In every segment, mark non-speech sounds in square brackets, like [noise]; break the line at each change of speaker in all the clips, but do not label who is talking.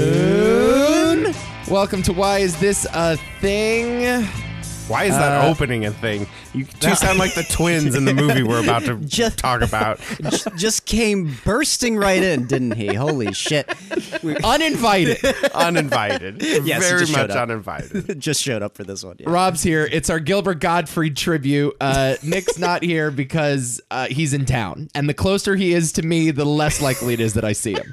afternoon. Welcome to Why Is This a Thing?
Why is
Uh,
that opening a thing? You two sound like the twins in the movie we're about to
[laughs] Just-
talk about.
J- just came bursting right in, didn't he? Holy shit. We
Uninvited.
Uninvited.
[laughs] Yes, he
Very
just showed
much
up.
uninvited.
[laughs] just showed up for this one. Yeah.
Rob's here. It's our Gilbert Godfrey tribute. Uh, Nick's not here because uh, he's in town. And the closer he is to me, the less likely it is that I see him.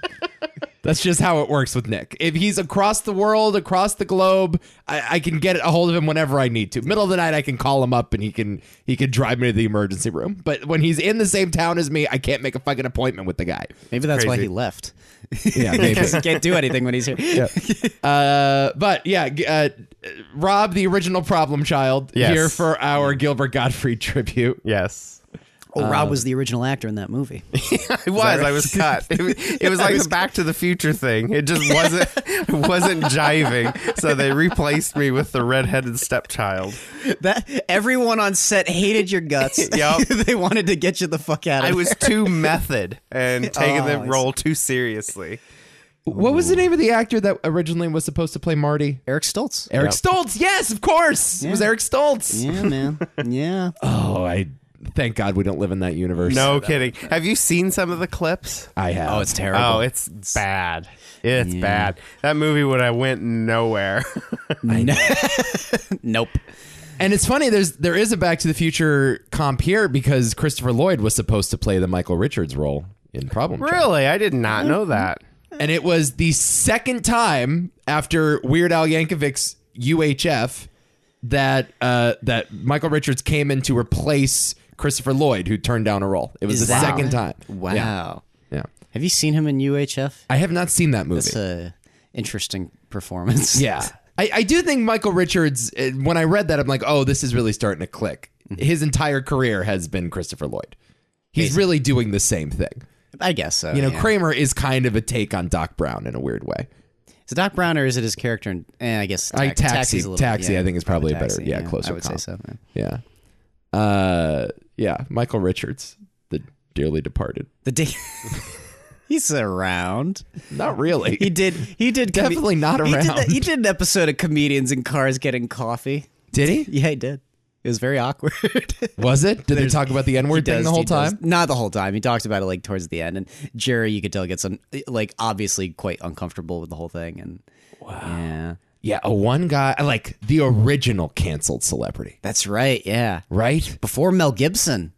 That's just how it works with Nick. If he's across the world, across the globe, I, I can get a hold of him whenever I need to. Middle of the night, I can call him up and he can he can drive me to the emergency room. But when he's in the same town as me, I can't make a fucking appointment with the guy.
Maybe that's why
Crazy.
he left.
Yeah, maybe.
Because [laughs] he can't do anything when he's here.
Uh, but yeah, g- uh, Rob, the original problem child,
Yes.
here for our Gilbert Godfrey tribute.
[laughs]
Yes.
Oh,
Uh,
Rob was the original actor in
[laughs]
that movie.
I was. I was cut. It, was-
[laughs]
it was like the Back to the Future thing. It just wasn't it wasn't jiving. So they replaced me with the redheaded stepchild.
That everyone on set hated your
[laughs]
guts.
Yup.
[laughs] they wanted to get you the fuck out of
I
there.
was too [laughs] method
[laughs]
and taking
Oh, I
the
see.
role too seriously.
What was the name of the actor that originally was supposed to play Marty?
Eric Stoltz.
Eric Stoltz. Yes, of course. It was Eric Stoltz.
[laughs] Yeah, man. Yeah.
[laughs] Oh, I thank God we don't live in that universe.
No kidding. Have you seen some of the clips?
I have.
Oh, it's terrible.
Uh,
Oh, it's bad. It's bad. That movie would have went nowhere. [laughs]
[laughs] nope.
And it's funny. There's there is a Back to the Future comp here because Christopher Lloyd was supposed to play the Michael Richards role in Problem. Child.
really? I did not know that.
and it was the second time after Weird Al Yankovic's UHF that uh, that Michael Richards came in to replace Christopher Lloyd, who turned down a role. It was
Is
the
that-
second time.
Wow.
Yeah. Yeah.
Have you seen him in UHF?
I have not seen that movie.
It's a interesting performance.
yeah, I, I do think Michael Richards. uh, When I read that, I'm like, oh, this is really starting to click.
Mm-hmm.
His entire career has been Christopher Lloyd. He's really doing the same thing.
[laughs] I guess so.
You know,
yeah.
Kramer is kind of a take on Doc Brown in a weird way.
Is it Doc Brown or is it his character? In, eh, I guess
I-
Tax-
Taxi-
Taxi's a little
Taxi, I think is probably a better- yeah, closer
I would
comp.
say so. yeah.
Yeah. Uh yeah, Michael Richards, the dearly departed.
The day [laughs] he's around.
Not really.
He did. He did. comi-
Definitely not
He did,
around.
that- he did an episode of comedians in cars getting coffee.
did he?
Yeah, he did. It was very awkward.
[laughs]
[laughs]
Was it? Did they talk about the N-word
He
thing
does-
the whole
he does-
time?
Not the whole time. He talks about it like towards the end, and Jerry, you could tell, gets un- like obviously quite uncomfortable with the whole thing. And wow, yeah,
Yeah, a one guy like the original canceled celebrity,
that's right. Yeah,
right?
before Mel Gibson,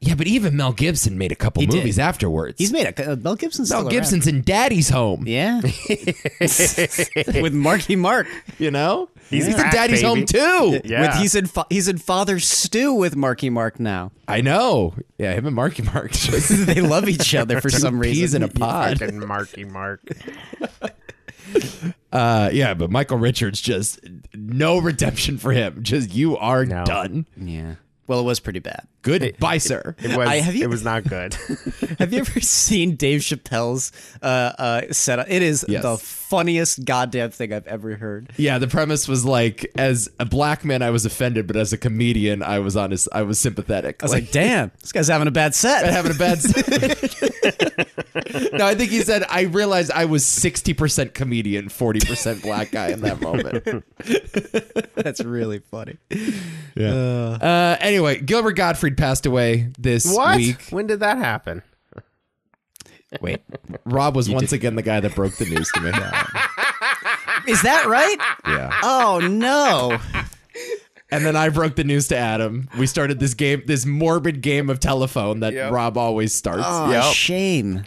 Yeah, but even Mel Gibson made a couple
did.
movies afterwards.
he's made a uh, Mel Gibson's
Mel
still
Gibson's in Daddy's Home.
around. Yeah, [laughs] with Marky Mark.
You know? He's, in
back,
Daddy's
baby.
Home
[laughs]
too.
Yeah.
With, he's in fa- he's in Father Stew with Marky Mark now. [laughs]
I know. Yeah, him and Marky Mark. just-
they love each other for some reason.
peas in a pod.
Fucking Marky [laughs] Mark.
Uh, yeah, but Michael Richards just no redemption for him. Just you are
No.
done.
Yeah. Well, it was pretty bad.
Goodbye, sir.
It was,
I- have you-
it was not [laughs] good.
Have you ever [laughs] seen Dave Chappelle's uh, uh, setup? It is
Yes.
the funniest goddamn thing I've ever heard.
Yeah, the premise was like, as a black man, I was offended, but as a comedian, I was honest, I was sympathetic.
I was like, damn, this guy's having a bad set.
having a
[laughs]
bad. [laughs] s- no, I think he said I realized I was sixty percent comedian, forty percent black guy in that
[laughs]
moment.
[laughs] That's really funny.
Yeah. Uh, anyway, Gilbert Gottfried passed away this
what?
week.
When did that happen?
Wait,
Rob was once again the guy that broke the news to
[laughs]
me.
is that right?
yeah.
Oh no!
And then I broke the news to Adam. We started this game, this morbid game of telephone that
Yep.
Rob always starts.
Oh,
Yep.
shame.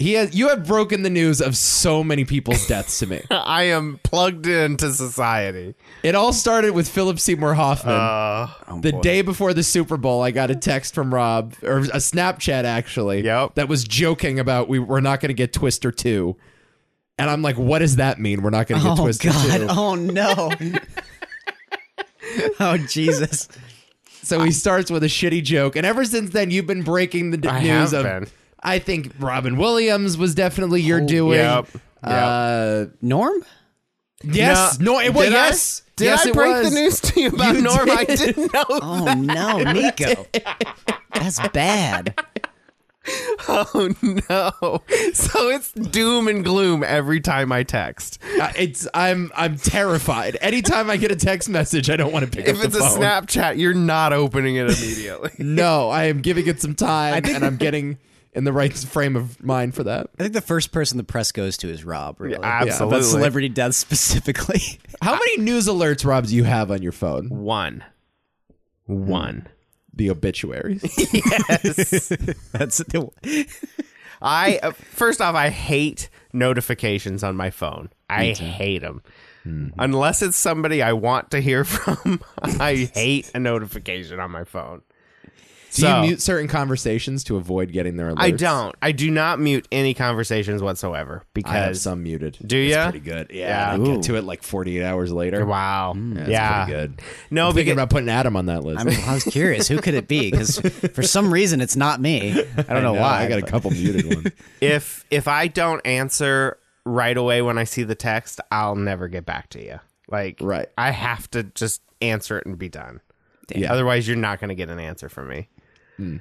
He has, you have broken the news of so many people's deaths to me.
I am plugged into society.
It all started with Philip Seymour Hoffman. the day before the Super Bowl, I got a text from Rob, or a Snapchat actually,
Yep.
that was joking about we, we're not going to get Twister 2. And I'm like, what does that mean? We're not going to get
Oh
Twister
god!
2.
Oh no! oh Jesus!
So he starts with a shitty joke, and ever since then, you've been breaking the d-
I
news
have
of.
been. Oh,
I think Robin Williams was definitely your doing.
Yep.
Uh,
Norm?
yes. No. it was
Did I-
yes.
Did
yes,
I
it
break
was.
the news to you about
You
Norm? I
did. [laughs]
[laughs] didn't know.
Oh no, Nico! That's bad.
Oh no! So it's doom and gloom every time I text.
Uh, It's I'm I'm terrified. Anytime I get a text message, I don't want to pick
If
up
it's
the
a
phone.
Snapchat, you're not opening it immediately.
No, I am giving it some time, and I'm getting in the right frame of mind for that.
I think the first person the press goes to is Rob. Really.
[laughs] absolutely.
About celebrity deaths specifically. [laughs]
How many news alerts, Rob, do you have on your phone?
One, one.
The
[laughs]
obituaries.
That's the,
I uh, first off, I hate notifications on my phone. I hate them.
Mm-hmm.
Unless it's somebody I want to hear [laughs] from, I hate a notification on my phone.
Do
So-
you mute certain conversations to avoid getting their alerts?
I don't. I do not mute any conversations whatsoever
I have
because
some muted.
Do
It's
ya?
Pretty good. Yeah. and I get to it like 48 hours later.
wow,
Mm, That's
yeah,
Pretty good.
no,
I'm thinking
because
about putting Adam on that list.
I mean, I was curious who could it be because for some reason it's not me. I don't
No,
know
[laughs]
why.
I got a
but-
couple muted ones.
if if I don't answer right away when I see the text, I'll never get back to you. Like,
Right.
I have to just answer it and be done.
Yeah.
Otherwise, you're not going to get an answer from me.
Hmm.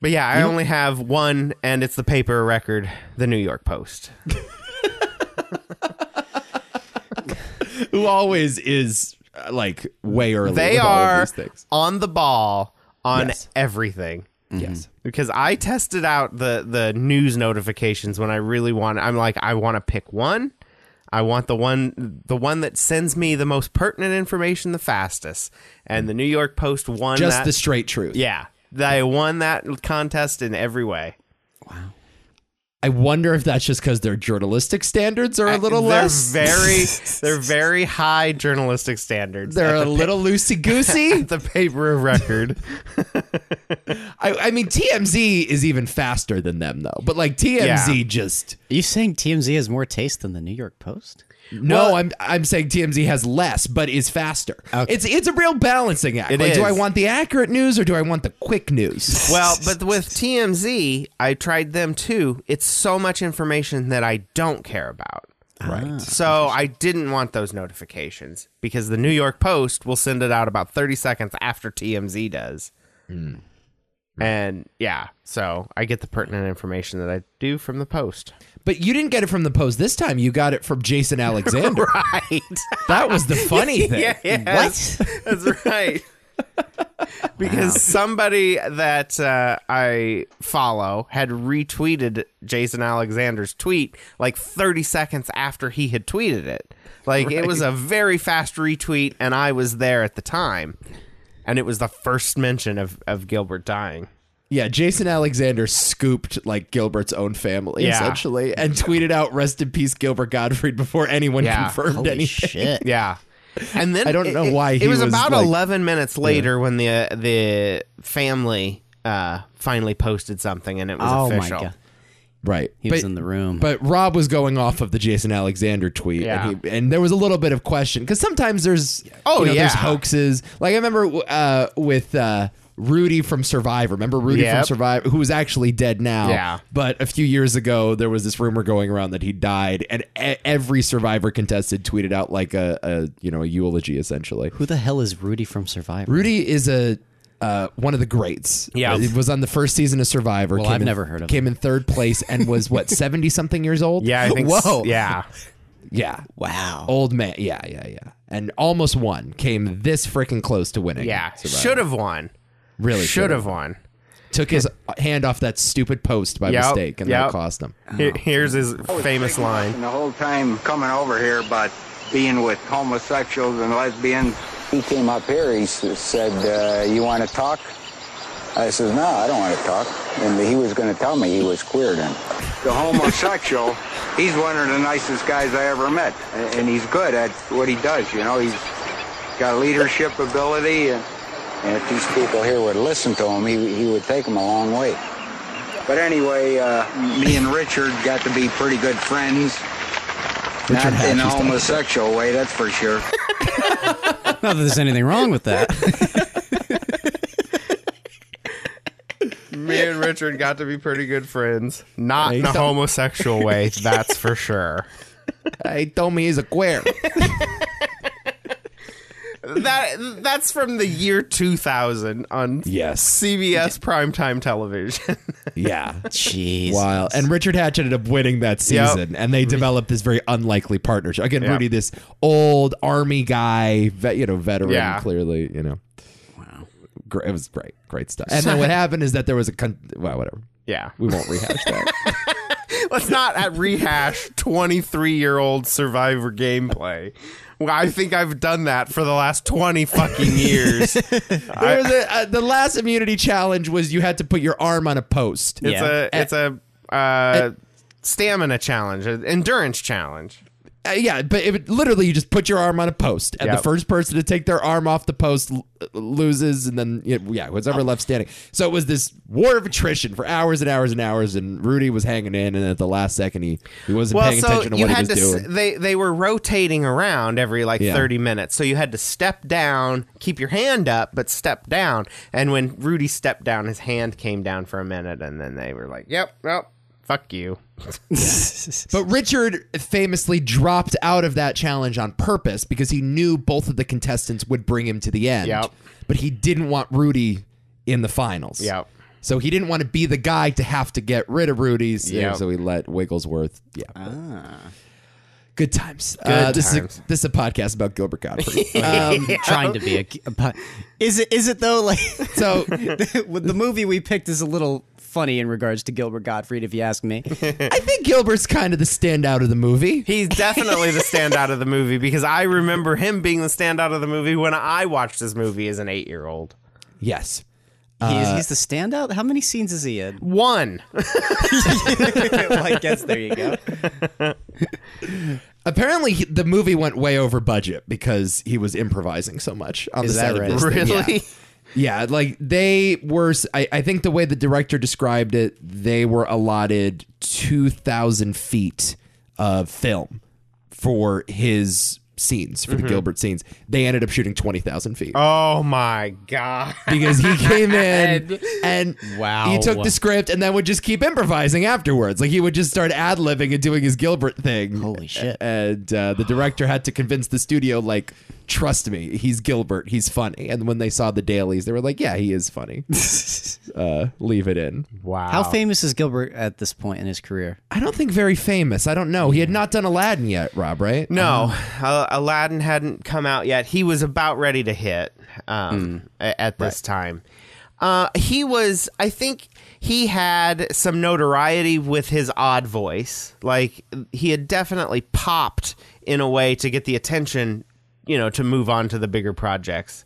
But yeah, I only have one, and it's the paper record, the New York Post.
[laughs] Who always is uh, like way early.
They
with All of
are
these things.
on the ball on
Yes.
everything.
Yes.
because I tested out the the news notifications when I really want. I'm like, I want to pick one. I want the one the one that sends me the most pertinent information the fastest. And the New York Post won
Just
that.
the straight truth.
yeah, they won that contest in every way.
I wonder if that's just because their journalistic standards are a little
they're
less.
very they're very high journalistic
[laughs]
standards.
They're [laughs]
at
a
the,
little loosey goosey. [laughs]
at the paper of record.
I, I mean, TMZ is even faster than them, though. But like TMZ just
Are you saying TMZ has more taste than the New York Post?
no. I'm I'm saying TMZ has less, but is faster. It's it's a real balancing act.
It
like, do
is.
I want the accurate news or do I want the quick news?
[laughs] Well, but with TMZ, I tried them too. It's so much information that I don't care about. Right. So I didn't want those notifications because the New York Post will send it out about 30 seconds after TMZ does. And yeah, so I get the pertinent information that I do from the Post.
But you didn't get it from the Post this time. You got it from Jason Alexander.
[laughs] Right.
That was the
[laughs]
funny thing.
Yes, That's right. because somebody that uh, I follow had retweeted Jason Alexander's tweet like 30 seconds after he had tweeted it. Like it was a very fast retweet, and I was there at the time. And it was the first mention of, of Gilbert dying.
Yeah, Jason Alexander scooped like Gilbert's own family
Yeah.
essentially and tweeted out "Rest in peace, Gilbert Gottfried" before anyone
Yeah. [laughs]
confirmed
Holy
anything.
shit.
Yeah. And then
I don't
it-
know
it-
why
it,
he
was,
was,
about
like-
11 minutes later when the uh, the family uh, finally posted something and it was
Oh
official.
my god.
Right,
He
but,
was in the room.
but Rob was going off of the Jason Alexander tweet,
Yeah.
and, he, and there was a little bit of question because sometimes there's
Oh,
you know, there's
yeah.
hoaxes. Like I remember uh, with. Uh, Rudy from Survivor. Remember Rudy from
Yep.
Survivor, who is actually dead now.
Yeah.
But a few years ago, there was this rumor going around that he died, and e- every Survivor contestant tweeted out like a, a you know a eulogy essentially.
Who the hell is Rudy from Survivor?
Rudy is a uh, one of the greats.
Yeah.
he was on the first season of Survivor.
Well,
came
I've
in-
never heard of
Came in third place and was
[laughs]
what seventy something years old.
Yeah, I think. s-
Whoa.
Yeah,
yeah,
Wow.
old man. Yeah, yeah, yeah. And almost won. Came this freaking close to winning.
yeah.
Survivor.
Should have won.
really
Should have won.
took his hand off that stupid post by
Yep,
mistake, and that
yep.
cost him.
Here- Here's his
was
famous
thinking
line.
The whole time coming over here about being with homosexuals and lesbians.
He came up here. He s- said, uh, "You want to talk?" I says, "No, I don't want to talk." And he was going to tell me he was queer then.
The homosexual, he's one of the nicest guys I ever met, and and he's good at what he does. You know, he's got leadership ability, and
And if these people here would listen to him, he, he would take them a long way.
but anyway, uh, me and Richard got to be pretty good friends. Not in a homosexual way, that's for sure.
Not that there's anything wrong with that.
[laughs] Me and Richard got to be pretty good friends. Not in a
Right.
homosexual [laughs] way, that's for sure.
He told me he's a queer.
That that's from the year 2000 on
[laughs] yes.
CBS primetime television. [laughs]
yeah.
[laughs] Jeez.
Wow. And Richard Hatch ended up winning that season, and they developed this very unlikely partnership. Again,
Yeah.
Rudy, this old army guy, vet, you know, veteran,
Yeah.
clearly, you know. Wow. It was great, great stuff. And then what happened is that there was a con- well, whatever.
Yeah.
We won't rehash that.
Let's not at rehash 23 year old survivor gameplay. Well, I think I've done that for the last 20 fucking years. It's
There was a, uh, the last immunity challenge was you had to put your arm on a post.
Yeah.
a it's a uh, stamina challenge, an endurance challenge.
Uh, yeah, but it would, literally you just put your arm on a post, and the
Yep.
first person to take their arm off the post l- uh, loses, and then y- yeah, who's ever left standing. So it was this war of attrition for hours and hours and hours, and Rudy was hanging in, and at the last second he, he wasn't
Well,
paying
so
attention to
you
what he
had
was
to s-
doing.
they they were rotating around every like
Yeah.
30 minutes. So you had to step down, keep your hand up, but step down. And when Rudy stepped down, his hand came down for a minute and then they were like, "Yep, well, fuck you."
But Richard famously dropped out of that challenge on purpose because he knew both of the contestants would bring him to the end.
Yep.
But he didn't want Rudy in the finals.
Yep.
So he didn't want to be the guy to have to get rid of Rudy's.
Yep.
So he let Wigglesworth. Yeah. Good times. uh, this Is
times.
a, this is a podcast about Gilbert Godfrey.
Um, Trying to be a, a po- is it is it though like [laughs]
so
with the movie we picked is a little funny in regards to Gilbert Gottfried if you ask [laughs] me.
I think Gilbert's kind of the standout of the movie.
He's definitely the standout of the movie because I remember him being the standout of the movie when I watched this movie as an eight year old.
Yes.
he's, he's the standout. How many scenes is he [laughs] in?
One.
well, I guess there you go.
Apparently, he- the movie went way over budget because he was improvising so much on
Is
the
that
set
right?
of this thing. Yeah. [laughs]
Really?
Yeah, like they were. I, I think the way the director described it, they were allotted two thousand feet of film for his scenes for the Gilbert scenes. They ended up shooting twenty thousand feet
Oh my God.
because he came in and
Wow.
he took the script and then would just keep improvising afterwards. Like he would just start ad libbing and doing his Gilbert thing.
Holy shit.
And uh, the director had to convince the studio, like, trust me, he's Gilbert, he's funny. And when they saw the dailies, they were like, yeah, he is
[laughs]
funny. uh, leave it in.
Wow.
How famous is Gilbert at this point in his career?
I don't think very famous. I don't know. He had not done Aladdin yet, Rob. Right?
No, Al- Aladdin hadn't come out yet. He was about ready to hit um, a- at this time. Uh, he was, I think, he had some notoriety with his odd voice. Like he had definitely popped in a way to get the attention, you know, to move on to the bigger projects.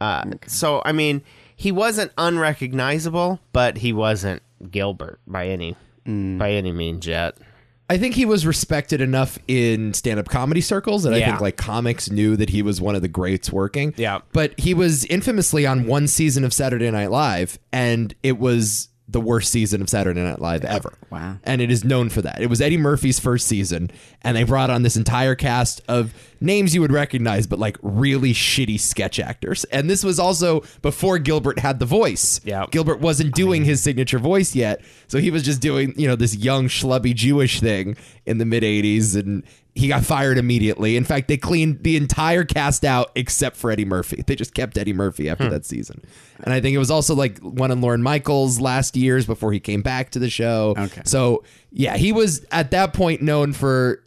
Uh, So I mean, he wasn't unrecognizable, but he wasn't Gilbert by any by any means yet.
I think he was respected enough in stand-up comedy circles that I
Yeah.
think like comics knew that he was one of the greats working.
Yeah.
But he was infamously on one season of Saturday Night Live and it was the worst season of Saturday Night Live ever.
Wow.
And it is known for that. It was Eddie Murphy's first season and they brought on this entire cast of names you would recognize but like really shitty sketch actors. And this was also before Gilbert had the voice.
Yeah.
Gilbert wasn't doing his signature voice yet, so he was just doing, you know, this young schlubby Jewish thing in the mid 80s and he got fired immediately. In fact, they cleaned the entire cast out except for Eddie Murphy. They just kept Eddie Murphy after that season. And I think it was also like one of Lauren Michaels last year's before he came back to the show.
Okay.
So, yeah, he was at that point known for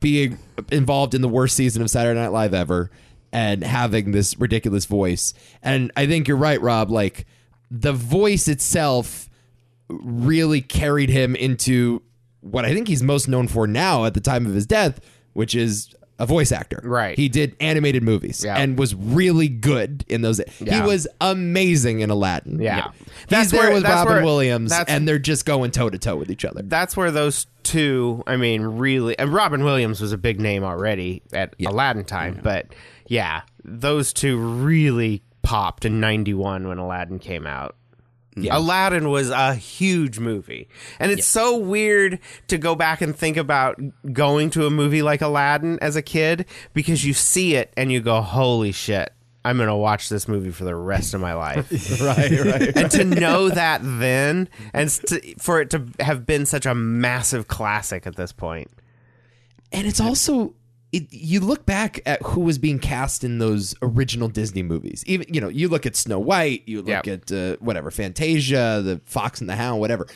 being involved in the worst season of Saturday Night Live ever and having this ridiculous voice. And I think you're right, Rob. Like the voice itself really carried him into what I think he's most known for now at the time of his death, which is a voice actor.
Right.
He did animated movies
Yeah.
and was really good in those. He
Yeah.
was amazing in Aladdin.
Yeah.
That's
That's
there
where-
with
that's
Robin
where-
Williams
that's-
and they're just going toe to toe with each other.
that's where those two i mean really and robin williams was a big name already at aladdin time but yeah those two really popped in 91 when aladdin came out aladdin was a huge movie and it's so weird to go back and think about going to a movie like aladdin as a kid because you see it and you go holy shit i'm gonna watch this movie for the rest of my life
right, right.
and to know that then and s- to, for it to have been such a massive classic at this point
And it's also it, you look back at who was being cast in those original Disney movies. Even you know, you look at Snow White, you look
Yeah.
at uh, whatever Fantasia, the Fox and the Hound, whatever.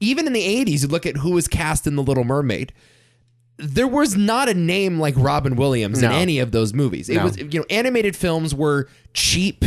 Even in the '80s, you look at who was cast in The Little Mermaid. There was not a name like Robin Williams in
No.
any of those movies. It
No.
was you know, animated films were cheap,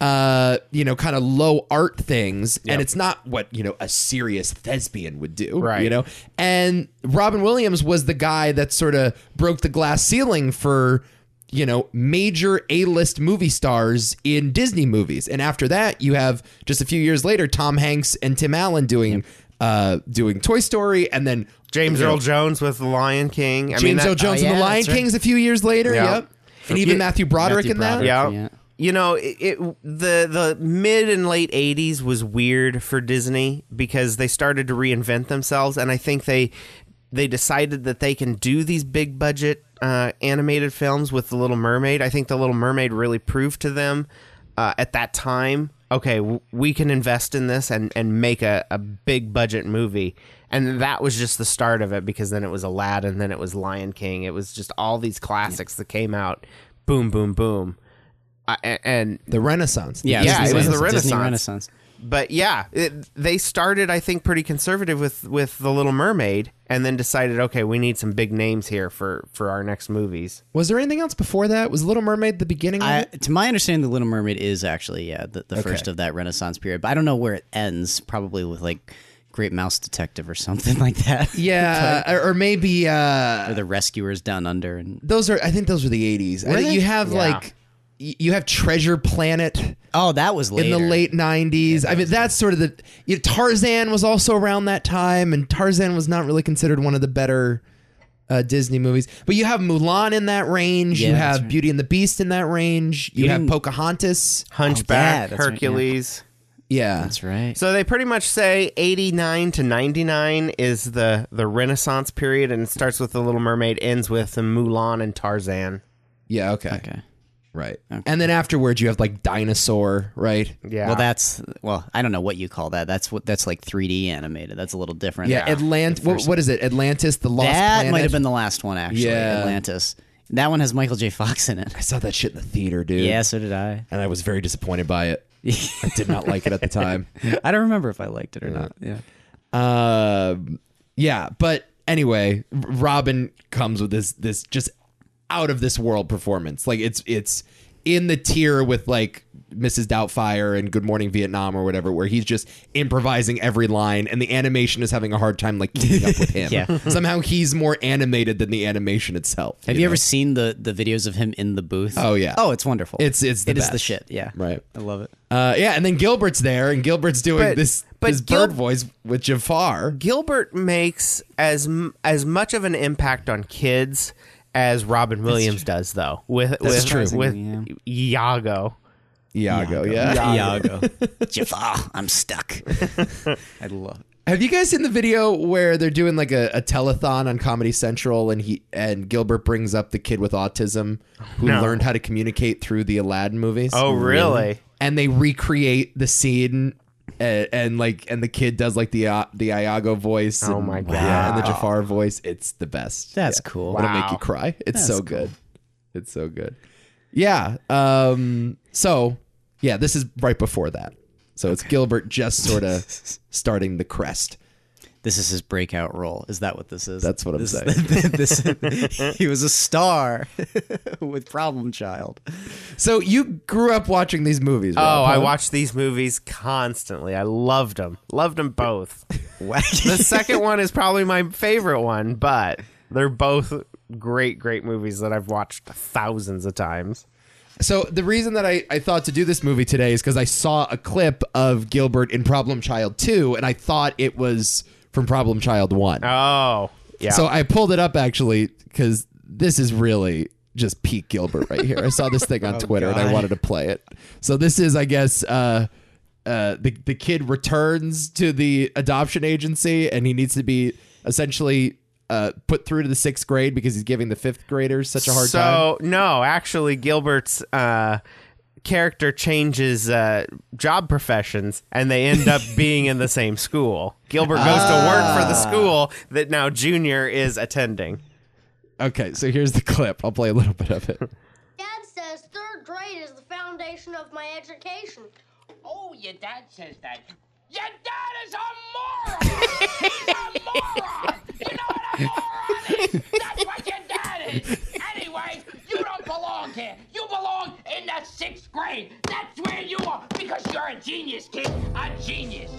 uh, you know, kind of low art things, and it's not what you know a serious thespian would do,
Right.
You know, and Robin Williams was the guy that sort of broke the glass ceiling for you know major A-list movie stars in Disney movies, and after that, you have just a few years later Tom Hanks and Tim Allen doing. Uh, doing Toy Story, and then
James
you know,
Earl Jones with The Lion King. I mean,
James
that-
Earl Jones
oh,
and the
yeah,
Lion
that's right.
Kings a few years later.
Yeah.
Yep. And even
Yeah.
Matthew Broderick
Matthew
in that.
Broderick.
Yeah.
Yeah.
You know, it, it the the mid and late 80s was weird for Disney because they started to reinvent themselves and I think they they decided that they can do these big budget uh, animated films with The Little Mermaid. I think The Little Mermaid really proved to them uh, at that time, okay, w- we can invest in this and and make a, a big budget movie. And that was just the start of it because then it was Aladdin, then it was Lion King. It was just all these classics that came out. Boom, boom, boom. I, a- and
The Renaissance.
Yeah,
Yeah,
Disney
it was the
Disney
Renaissance.
Renaissance.
but yeah, it, they started I think pretty conservative with with the Little Mermaid, and then decided okay, we need some big names here for for our next movies.
Was there anything else before that? Was Little Mermaid the beginning? Of
I,
it?
to my understanding, the Little Mermaid is actually yeah the, the first of that Renaissance period, but I don't know where it ends. Probably with like Great Mouse Detective or something [laughs] like that,
Yeah, or, or maybe uh,
or the Rescuers Down Under, and
those are. I think those were the eighties. I think
they?
you have
Yeah.
like y- you have Treasure Planet
oh, that was later.
in the late nineties. I mean, that's sort of the you know, Tarzan was also around that time, and Tarzan was not really considered one of the better. Uh, Disney movies, but you have Mulan in that range. you
Yeah, that's
have Beauty and the Beast in that range. You have
and-
Pocahontas.
Hunchback,
that's right, Oh, yeah.
Hercules.
Yeah,
That's right.
So they pretty much say 89 to 99 is the the Renaissance period and it starts with the Little Mermaid, ends with the Mulan and Tarzan.
Yeah, okay.
okay.
Right. And then afterwards you have like dinosaur, right?
Yeah.
Well, that's well, I don't know what you call that. That's what that's like 3D animated. That's a little different.
Yeah, Atlant what, what is it? Atlantis the Lost
that
Planet.
might have been the last one actually.
Yeah.
Atlantis. That one has Michael J. Fox in it.
I saw that shit in the theater, dude.
Yeah, so did I.
And I was very disappointed by
[laughs]
it. I did not like it at the time.
I don't remember if I liked it or not. Yeah.
Um yeah, but anyway, R- Robin comes with this this just out of this world performance. Like it's it's in the tier with like Mrs. Doubtfire and Good Morning Vietnam or whatever, where he's just improvising every line, and the animation is having a hard time like keeping up
[laughs]
with him.
Yeah.
Somehow he's more animated than the animation itself.
Have you,
know?
ever seen the the videos of him in the booth?
Oh, yeah.
Oh, it's wonderful.
It's- it's the
It is
best.
shit. Yeah.
Right.
I love it.
Uh, yeah, and then Gilbert's there, and Gilbert's doing
But-
this
but
this
Gil-
bird voice with Jafar.
Gilbert makes as m- as much of an impact on kids as Robin Williams does, though. With with
true.
with
Surprisingly,
Iago.
Iago, yeah. [laughs]
Iago. Jafar, I'm stuck. [laughs] I love. It.
Have you guys seen the video where they're doing like a, a telethon on Comedy Central and he and Gilbert brings up the kid with autism who
No.
learned how to communicate through the Aladdin movies?
Oh, really?
And they recreate the scene and, and like and the kid does like the uh, the Iago voice.
Oh
and-
my God.
Yeah, and the Jafar voice. It's the best.
That's
Yeah.
cool.
It'll make
Wow.
you cry. It's so
That's
good. It's so good. Yeah. Um. So yeah, this is right before that. So it's Gilbert just sort
[laughs]
of starting the crest.
This is his breakout role. Is that what this is?
That's what I'm
This-
saying.
[laughs] this- [laughs] he was a star [laughs] with Problem Child.
So you grew up watching these movies.
Oh,
Rob,
I
huh?
watched these movies constantly. I loved them. Loved them both.
Wacky.
The second one is probably my favorite one, but they're both great, great movies that I've watched thousands of times.
So the reason that I, I thought to do this movie today is because I saw a clip of Gilbert in Problem Child 2, and I thought it was from Problem Child 1.
Oh, yeah.
So I pulled it up actually because this is really just Pete Gilbert right here. I saw this
[laughs]
thing on
Oh,
Twitter and I
God.
wanted to play it. So this is, I guess, uh, uh, the the kid returns to the adoption agency and he needs to be essentially uh, put through to the sixth grade because he's giving the fifth graders such a hard
so,
time.
no, actually, Gilbert's uh, character changes uh, job professions, and they end up being in the same school. Gilbert goes to work for the school that now Junior is attending.
Okay, so here's the clip. I'll play a little bit of it.
Dad says third grade is the foundation of my education.
Oh, your dad says that. Your dad is a moron! He's a moron! You know what a moron is? That's what your dad is! Anyway, you don't belong here. You belong in the sixth grade. That's where you are because you're a genius, kid. A genius.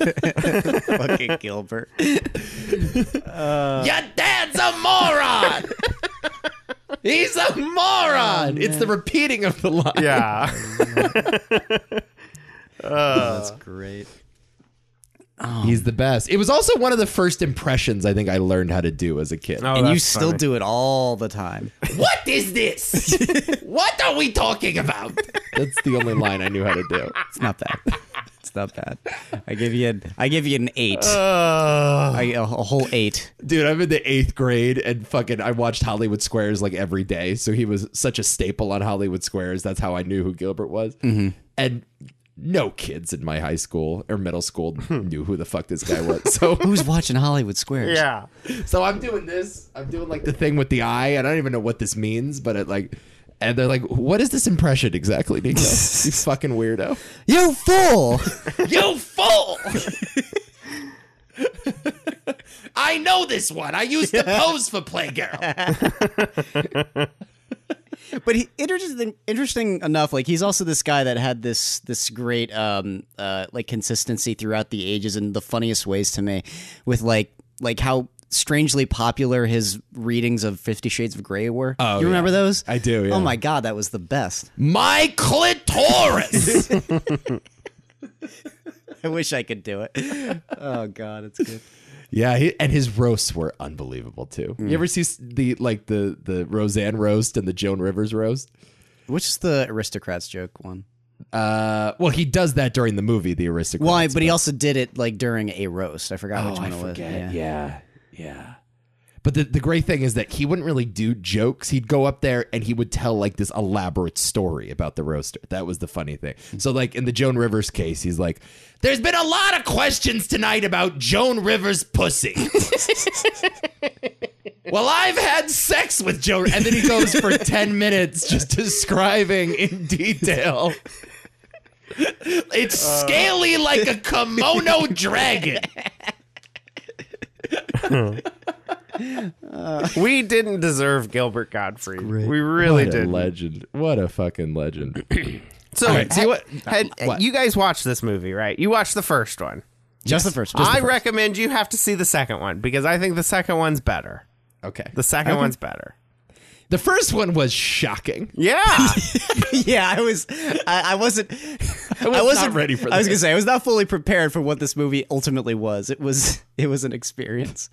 Fucking Gilbert.
Your dad's a moron. He's a moron. it's the repeating of the line.
[laughs] Yeah.
That's great.
Oh. He's the best. It was also one of the first impressions I think I learned how to do as a kid.
Oh,
and you
that's
still
funny.
do it all the time.
What is [laughs] this? what are we talking about? That's the only line I knew how to do.
It's not bad. It's not bad. I give you an I give you an eight. I, a, a whole eight.
Dude, I'm in the eighth grade and fucking I watched Hollywood Squares like every day. So he was such a staple on Hollywood Squares. That's how I knew who Gilbert was. And no kids in my high school or middle [laughs] school knew who the fuck this guy [laughs] was. So
Who's watching Hollywood Squares?
Yeah.
So I'm doing this. I'm doing like the thing with the eye, and I don't even know what this means, but it like, and they're like, "What is this impression exactly, [laughs] Nico? you fucking weirdo!
You fool!
you [laughs] fool! I know this one. I used to pose for Playgirl.
but he, interesting, interesting enough, like he's also this guy that had this this great um uh like consistency throughout the ages in the funniest ways to me, with like like how strangely popular his readings of Fifty Shades of Grey were. Oh, you remember those?
I do, yeah.
Oh my god, that was the best.
My clitoris.
[laughs] I wish I could do it. oh god, it's good.
yeah, he, and his roasts were unbelievable too.
Mm.
You ever see s- the like the the Roseanne roast and the Joan Rivers roast?
Which is the aristocrats joke one?
Uh, well, he does that during the movie, The Aristocrats.
Why? But he also did it like during a roast. I forgot which
Oh,
one
I
it was.
forget. Yeah. yeah, But the, the great thing is that he wouldn't really do jokes. He'd go up there and he would tell like this elaborate story about the roaster. That was the funny thing. So like in the Joan Rivers case, he's like, "There's been a lot of questions tonight about Joan Rivers' pussy." [laughs] well, I've had sex with Joan, and then he goes
[laughs]
for ten minutes just describing in detail. It's
Uh.
scaly like a kimono dragon.
We didn't deserve Gilbert Godfrey. We really
what a
did.
legend. What a fucking legend.
So,
right,
had-
see what-
had-
what?
you guys watched this movie, right? You watched the first one.
Just the first.
I recommend you have to see the second one because I think the second one's better.
Okay.
The second one's better.
The first one was shocking. [laughs]
Yeah.
[laughs] yeah, I was. I, I wasn't. I,
was
wasn't
not ready for
I was
this.
gonna say I was not fully prepared for what this movie ultimately was. It was. [laughs] It was an experience.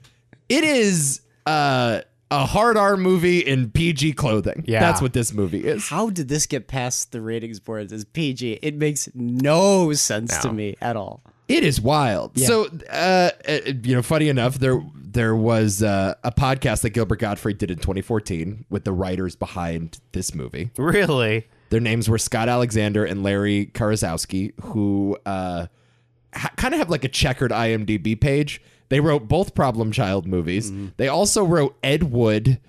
It is uh, a hard R movie in PG clothing.
Yeah.
That's what this movie is.
How did this get past the ratings boards as PG? It makes no sense to me at all.
It is wild. So, uh, uh, you know, funny enough, there there was uh, a podcast that Gilbert Godfrey did in 2014 with the writers behind this movie.
really?
Their names were Scott Alexander and Larry Karaszowski, who uh, ha- kind of have like a checkered IMDb page. They wrote both Problem Child movies. They also wrote Ed Wood,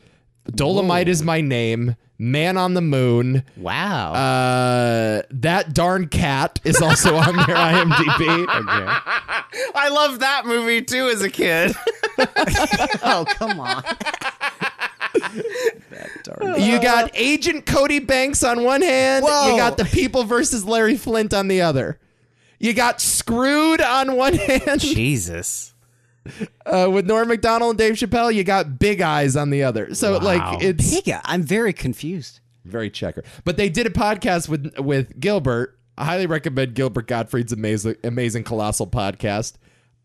Dolomite is My Name, Man on the Moon.
Wow.
Uh, that darn cat is also on their IMDb.
I loved that movie too as a kid.
[laughs] oh come on. that darn.
You got Agent Cody Banks on one hand. You
Whoa.
got the People versus Larry Flint on the other. You got Screwed on one hand.
Jesus.
uh, with Norm Macdonald and Dave Chappelle, you got Big Eyes on the other. So like it's
Higa, I'm very confused.
very checker. But they did a podcast with with Gilbert. I highly recommend Gilbert Gottfried's amazing amazing colossal podcast.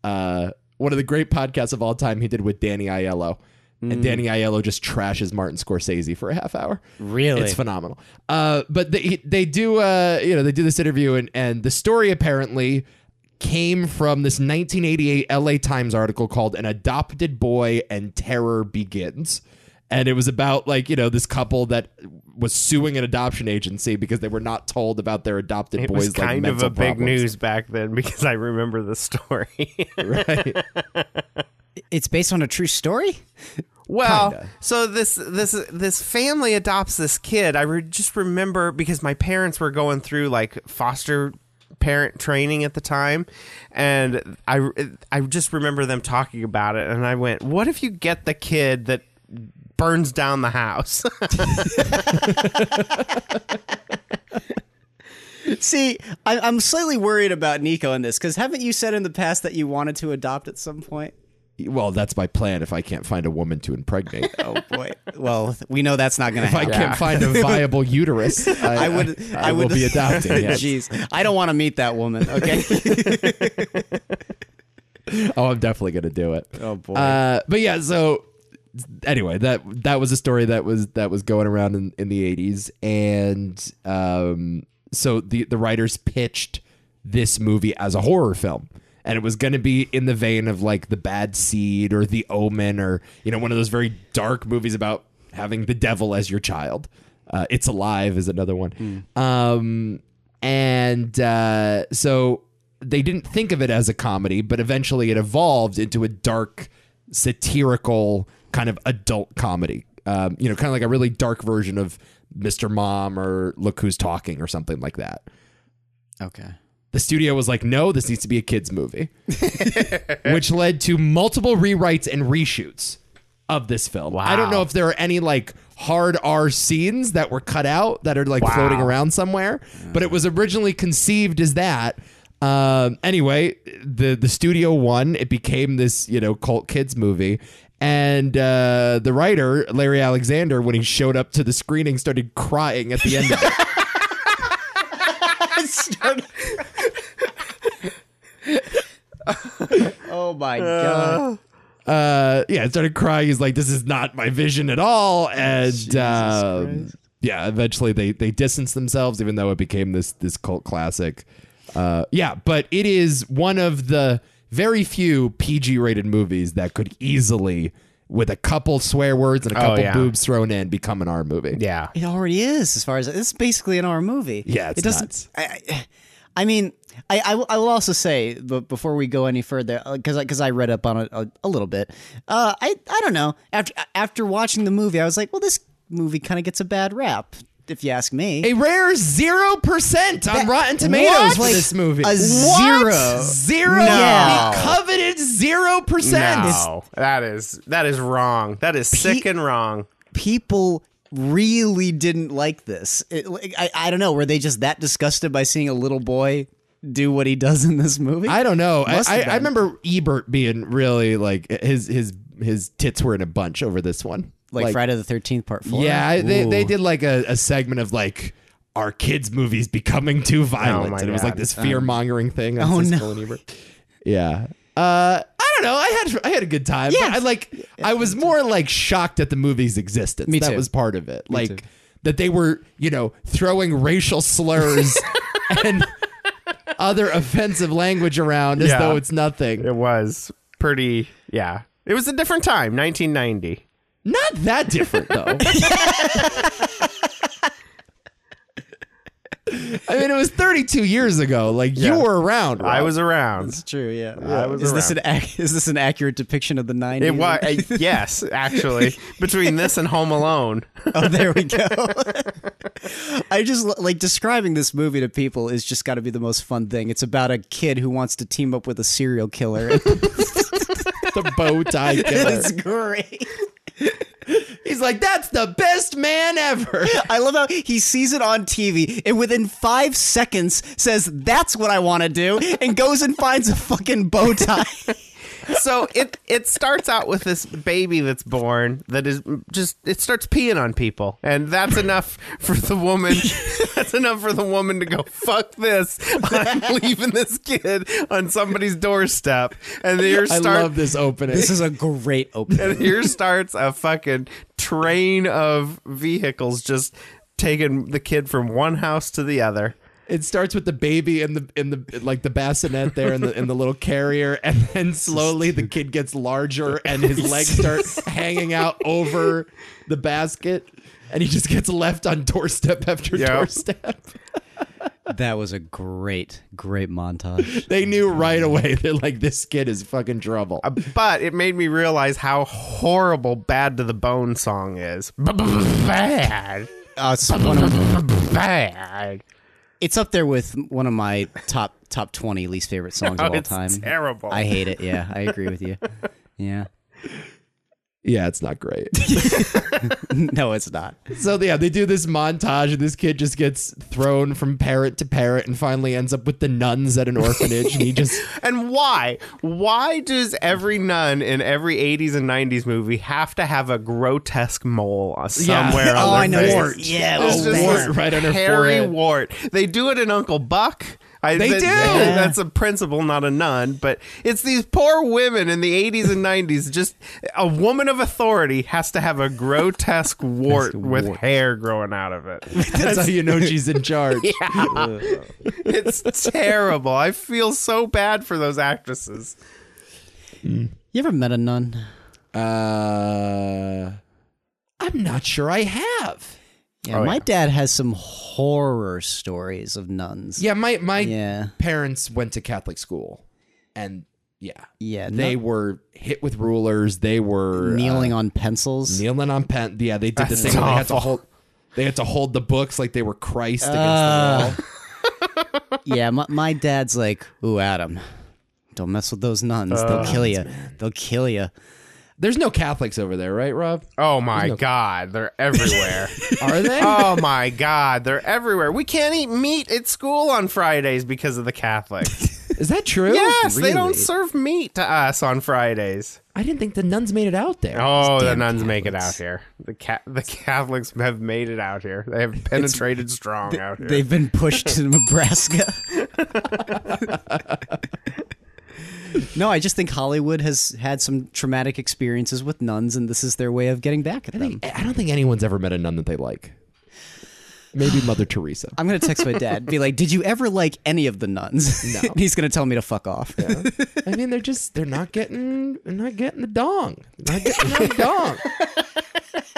Uh, one of the great podcasts of all time he did with Danny Aiello. And Danny Aiello just trashes Martin Scorsese for a half hour.
Really?
It's phenomenal. Uh, but they they do uh, you know they do this interview and and the story apparently came from this 1988 LA Times article called "An Adopted Boy and Terror Begins," and it was about like you know this couple that was suing an adoption agency because they were not told about their adopted
It
boys.
was kind
like,
of a
mental
big
problems.
news back then because I remember the story.
right?
It's based on a true story.
Well,
Kinda.
so this this this family adopts this kid. I re- just remember because my parents were going through like foster parent training at the time, and I I just remember them talking about it, and I went, "What if you get the kid that burns down the house?" [laughs]
See, I, I'm slightly worried about Nico in this because haven't you said in the past that you wanted to adopt at some point?
Well, that's my plan. If I can't find a woman to impregnate,
[laughs] Oh boy. well, we know that's not going to
if I
happen.
can't find
[laughs]
a viable uterus, I,
I would.
I,
I, would
will
[laughs]
be adopting. yes.
Jeez, I don't want to meet that woman. [laughs] Okay.
[laughs] Oh, I'm definitely gonna do it.
oh boy.
Uh, but yeah, so anyway, that that was a story that was that was going around in, in the 80s, and um, so the the writers pitched this movie as a horror film. And it was going to be in the vein of like The Bad Seed or The Omen or, you know, one of those very dark movies about having the devil as your child. Uh, it's Alive is another one.
Hmm.
Um, and uh, so they didn't think of it as a comedy, but eventually it evolved into a dark, satirical kind of adult comedy. Um, you know, kind of like a really dark version of Mr. Mom or Look Who's Talking or something like that.
[laughs] okay.
The studio was like, no, this needs to be a kids' movie, [laughs] which led to multiple rewrites and reshoots of this film. I don't know if there are any like hard R scenes that were cut out that are like floating around somewhere, but it was originally conceived as that. Um, anyway, the the studio won. It became this you know cult kids movie. And uh, the writer Larry Alexander, when he showed up to the screening, started crying at the end of it.
[laughs] Oh my god.
uh, yeah, started crying. He's like, "This is not my vision at all." And um, yeah, eventually they they distanced themselves, even though it became this this cult classic. Uh, yeah, but it is one of the very few PG rated movies that could easily, with a couple swear words and a couple
Oh, yeah.
boobs thrown in, become an R movie.
yeah.
It already is, as far as it's basically an R movie.
Yeah, it's
it doesn't.
nuts.
I, I, I mean, I, I will- I will also say, but before we go any further, because because I read up on it a, a little bit, uh, I I don't know. After after watching the movie, I was like, well, this movie kind of gets a bad rap, if you ask me.
A rare zero percent on Rotten Tomatoes for
What?
this movie.
A
What?
zero.
Zero.
No.
The coveted zero percent.
No, that is that is wrong. That is sick and wrong.
people really didn't like this. It, like, I, I don't know. Were they just that disgusted by seeing a little boy do what he does in this movie?
I don't know. I,
Must have
I,
been.
I remember Ebert being really like his his his tits were in a bunch over this one.
like, Friday the Thirteenth Part Four.
Yeah, I- they they
Ooh.
did like a, a segment of like our kids' movies becoming too violent,
Oh, my
and it was like
God. Um,
this fear mongering thing. on
oh, no.
Siskel and
[laughs]
Ebert. Yeah. Uh, I don't know. I had I had a good time. Yeah. I like. I was more like shocked at the movie's existence.
Me
that
too.
was part of it. like that they were you know throwing racial
[laughs]
slurs and other offensive language around as
Yeah.
though it's nothing.
It was pretty. Yeah, it was a different time, 1990.
Not that different though. I mean, it was 32 years ago. Like you
Yeah.
were around.
I
Rob.
was around.
It's true. Yeah.
was
is this an ac- is this an accurate depiction of the nineties?
It was yes, [laughs] actually, between this and Home Alone.
[laughs] oh, there we [laughs] go. I just lo- like describing this movie to people is just got to be the most fun thing. It's about a kid who wants to team up with a serial killer.
the bow [laughs] tie killer.
it's great.
He's like, that's the best man ever.
[laughs] I love how he sees it on TV and within five seconds says, That's what I want to do, and goes and finds a fucking bow tie.
So it it starts out with this baby that's born that is just it starts peeing on people, and that's enough for the woman. [laughs] That's enough for the woman to go fuck this. I'm [laughs] leaving this kid on somebody's doorstep, and here
I
start
love this opening.
this is a great opening.
and here starts a fucking train of vehicles just taking the kid from one house to the other.
it starts with the baby in the in the like the bassinet there in the in the little carrier, and then slowly the kid gets larger and his legs start hanging out over the basket. and he just gets left on doorstep after
Yep.
doorstep.
That was a great, great montage.
They knew right away. [laughs] They're like, this kid is fucking trouble.
But it made me realize how horrible "Bad to the Bone" song is. Bad,
[laughs] Uh, it's, one of-
bad.
it's up there with one of my top top twenty least favorite songs
Oh,
of all
it's
time.
terrible.
I hate it. Yeah, I agree
[laughs]
with you. Yeah. [laughs]
yeah, it's not great. [laughs]
No, it's not.
so yeah, they do this montage, and this kid just gets thrown from parrot to parrot, and finally ends up with the nuns at an orphanage, and he
[laughs]
just
And why? Why does every nun in every 80s and 90s movie have to have a grotesque mole
Yeah. [laughs]
somewhere on
Oh,
their
I know.
face?
Wart.
Yeah,
It's
It's
Oh,
just
wart
this
right on her
hairy
forehead.
wart. They do it in Uncle Buck. I,
They
that-
do.
that- That's a principal, not a nun. But it's these poor women in the 80s and 90s. Just a woman of authority has to have
[laughs]
a grotesque wart with hair growing out of it.
that's how you
[laughs]
know she's in charge.
It's
[laughs]
terrible. I feel so bad for those actresses.
You ever met a nun?
Uh, I'm not sure I have.
Yeah,
Oh,
my dad has some horror stories of nuns.
Yeah, my my
Yeah.
parents went to Catholic school, and yeah,
Yeah,
they
no-
were hit with rulers. They were uh,
kneeling on pencils.
kneeling on pen. Yeah, they did the
That's
same. They had to
awful.
hold. They had to hold the books like they were Christ
Ah.
against the wall.
yeah, my, my dad's like, "Ooh, Adam, don't mess with those nuns.
Uh,
They'll kill you. They'll kill you."
There's no Catholics over there, right, Rob?
Oh my God.
[laughs]
They're everywhere.
Are they?
[laughs] oh my god they're everywhere we can't eat meat at school on fridays because of the catholics
Is that true?
yes they don't
Really?
serve meat to us on fridays
I didn't think the nuns made it out there.
oh the
damn
nuns make it out
Catholics.
here the ca- the catholics have made it out here they have penetrated strong out here [laughs]
They've been pushed to Nebraska. no, I just think Hollywood has had some traumatic experiences with nuns, and this is their way of getting back at them.
I don't think anyone's ever met a nun that they like. Maybe
[sighs]
Mother Teresa.
I'm gonna text my dad, be like, "Did you ever like any of the nuns?" No. [laughs] He's gonna tell me to fuck off.
I mean, they're just they're not getting they're not getting the dong. They're not getting the
[laughs]
dong.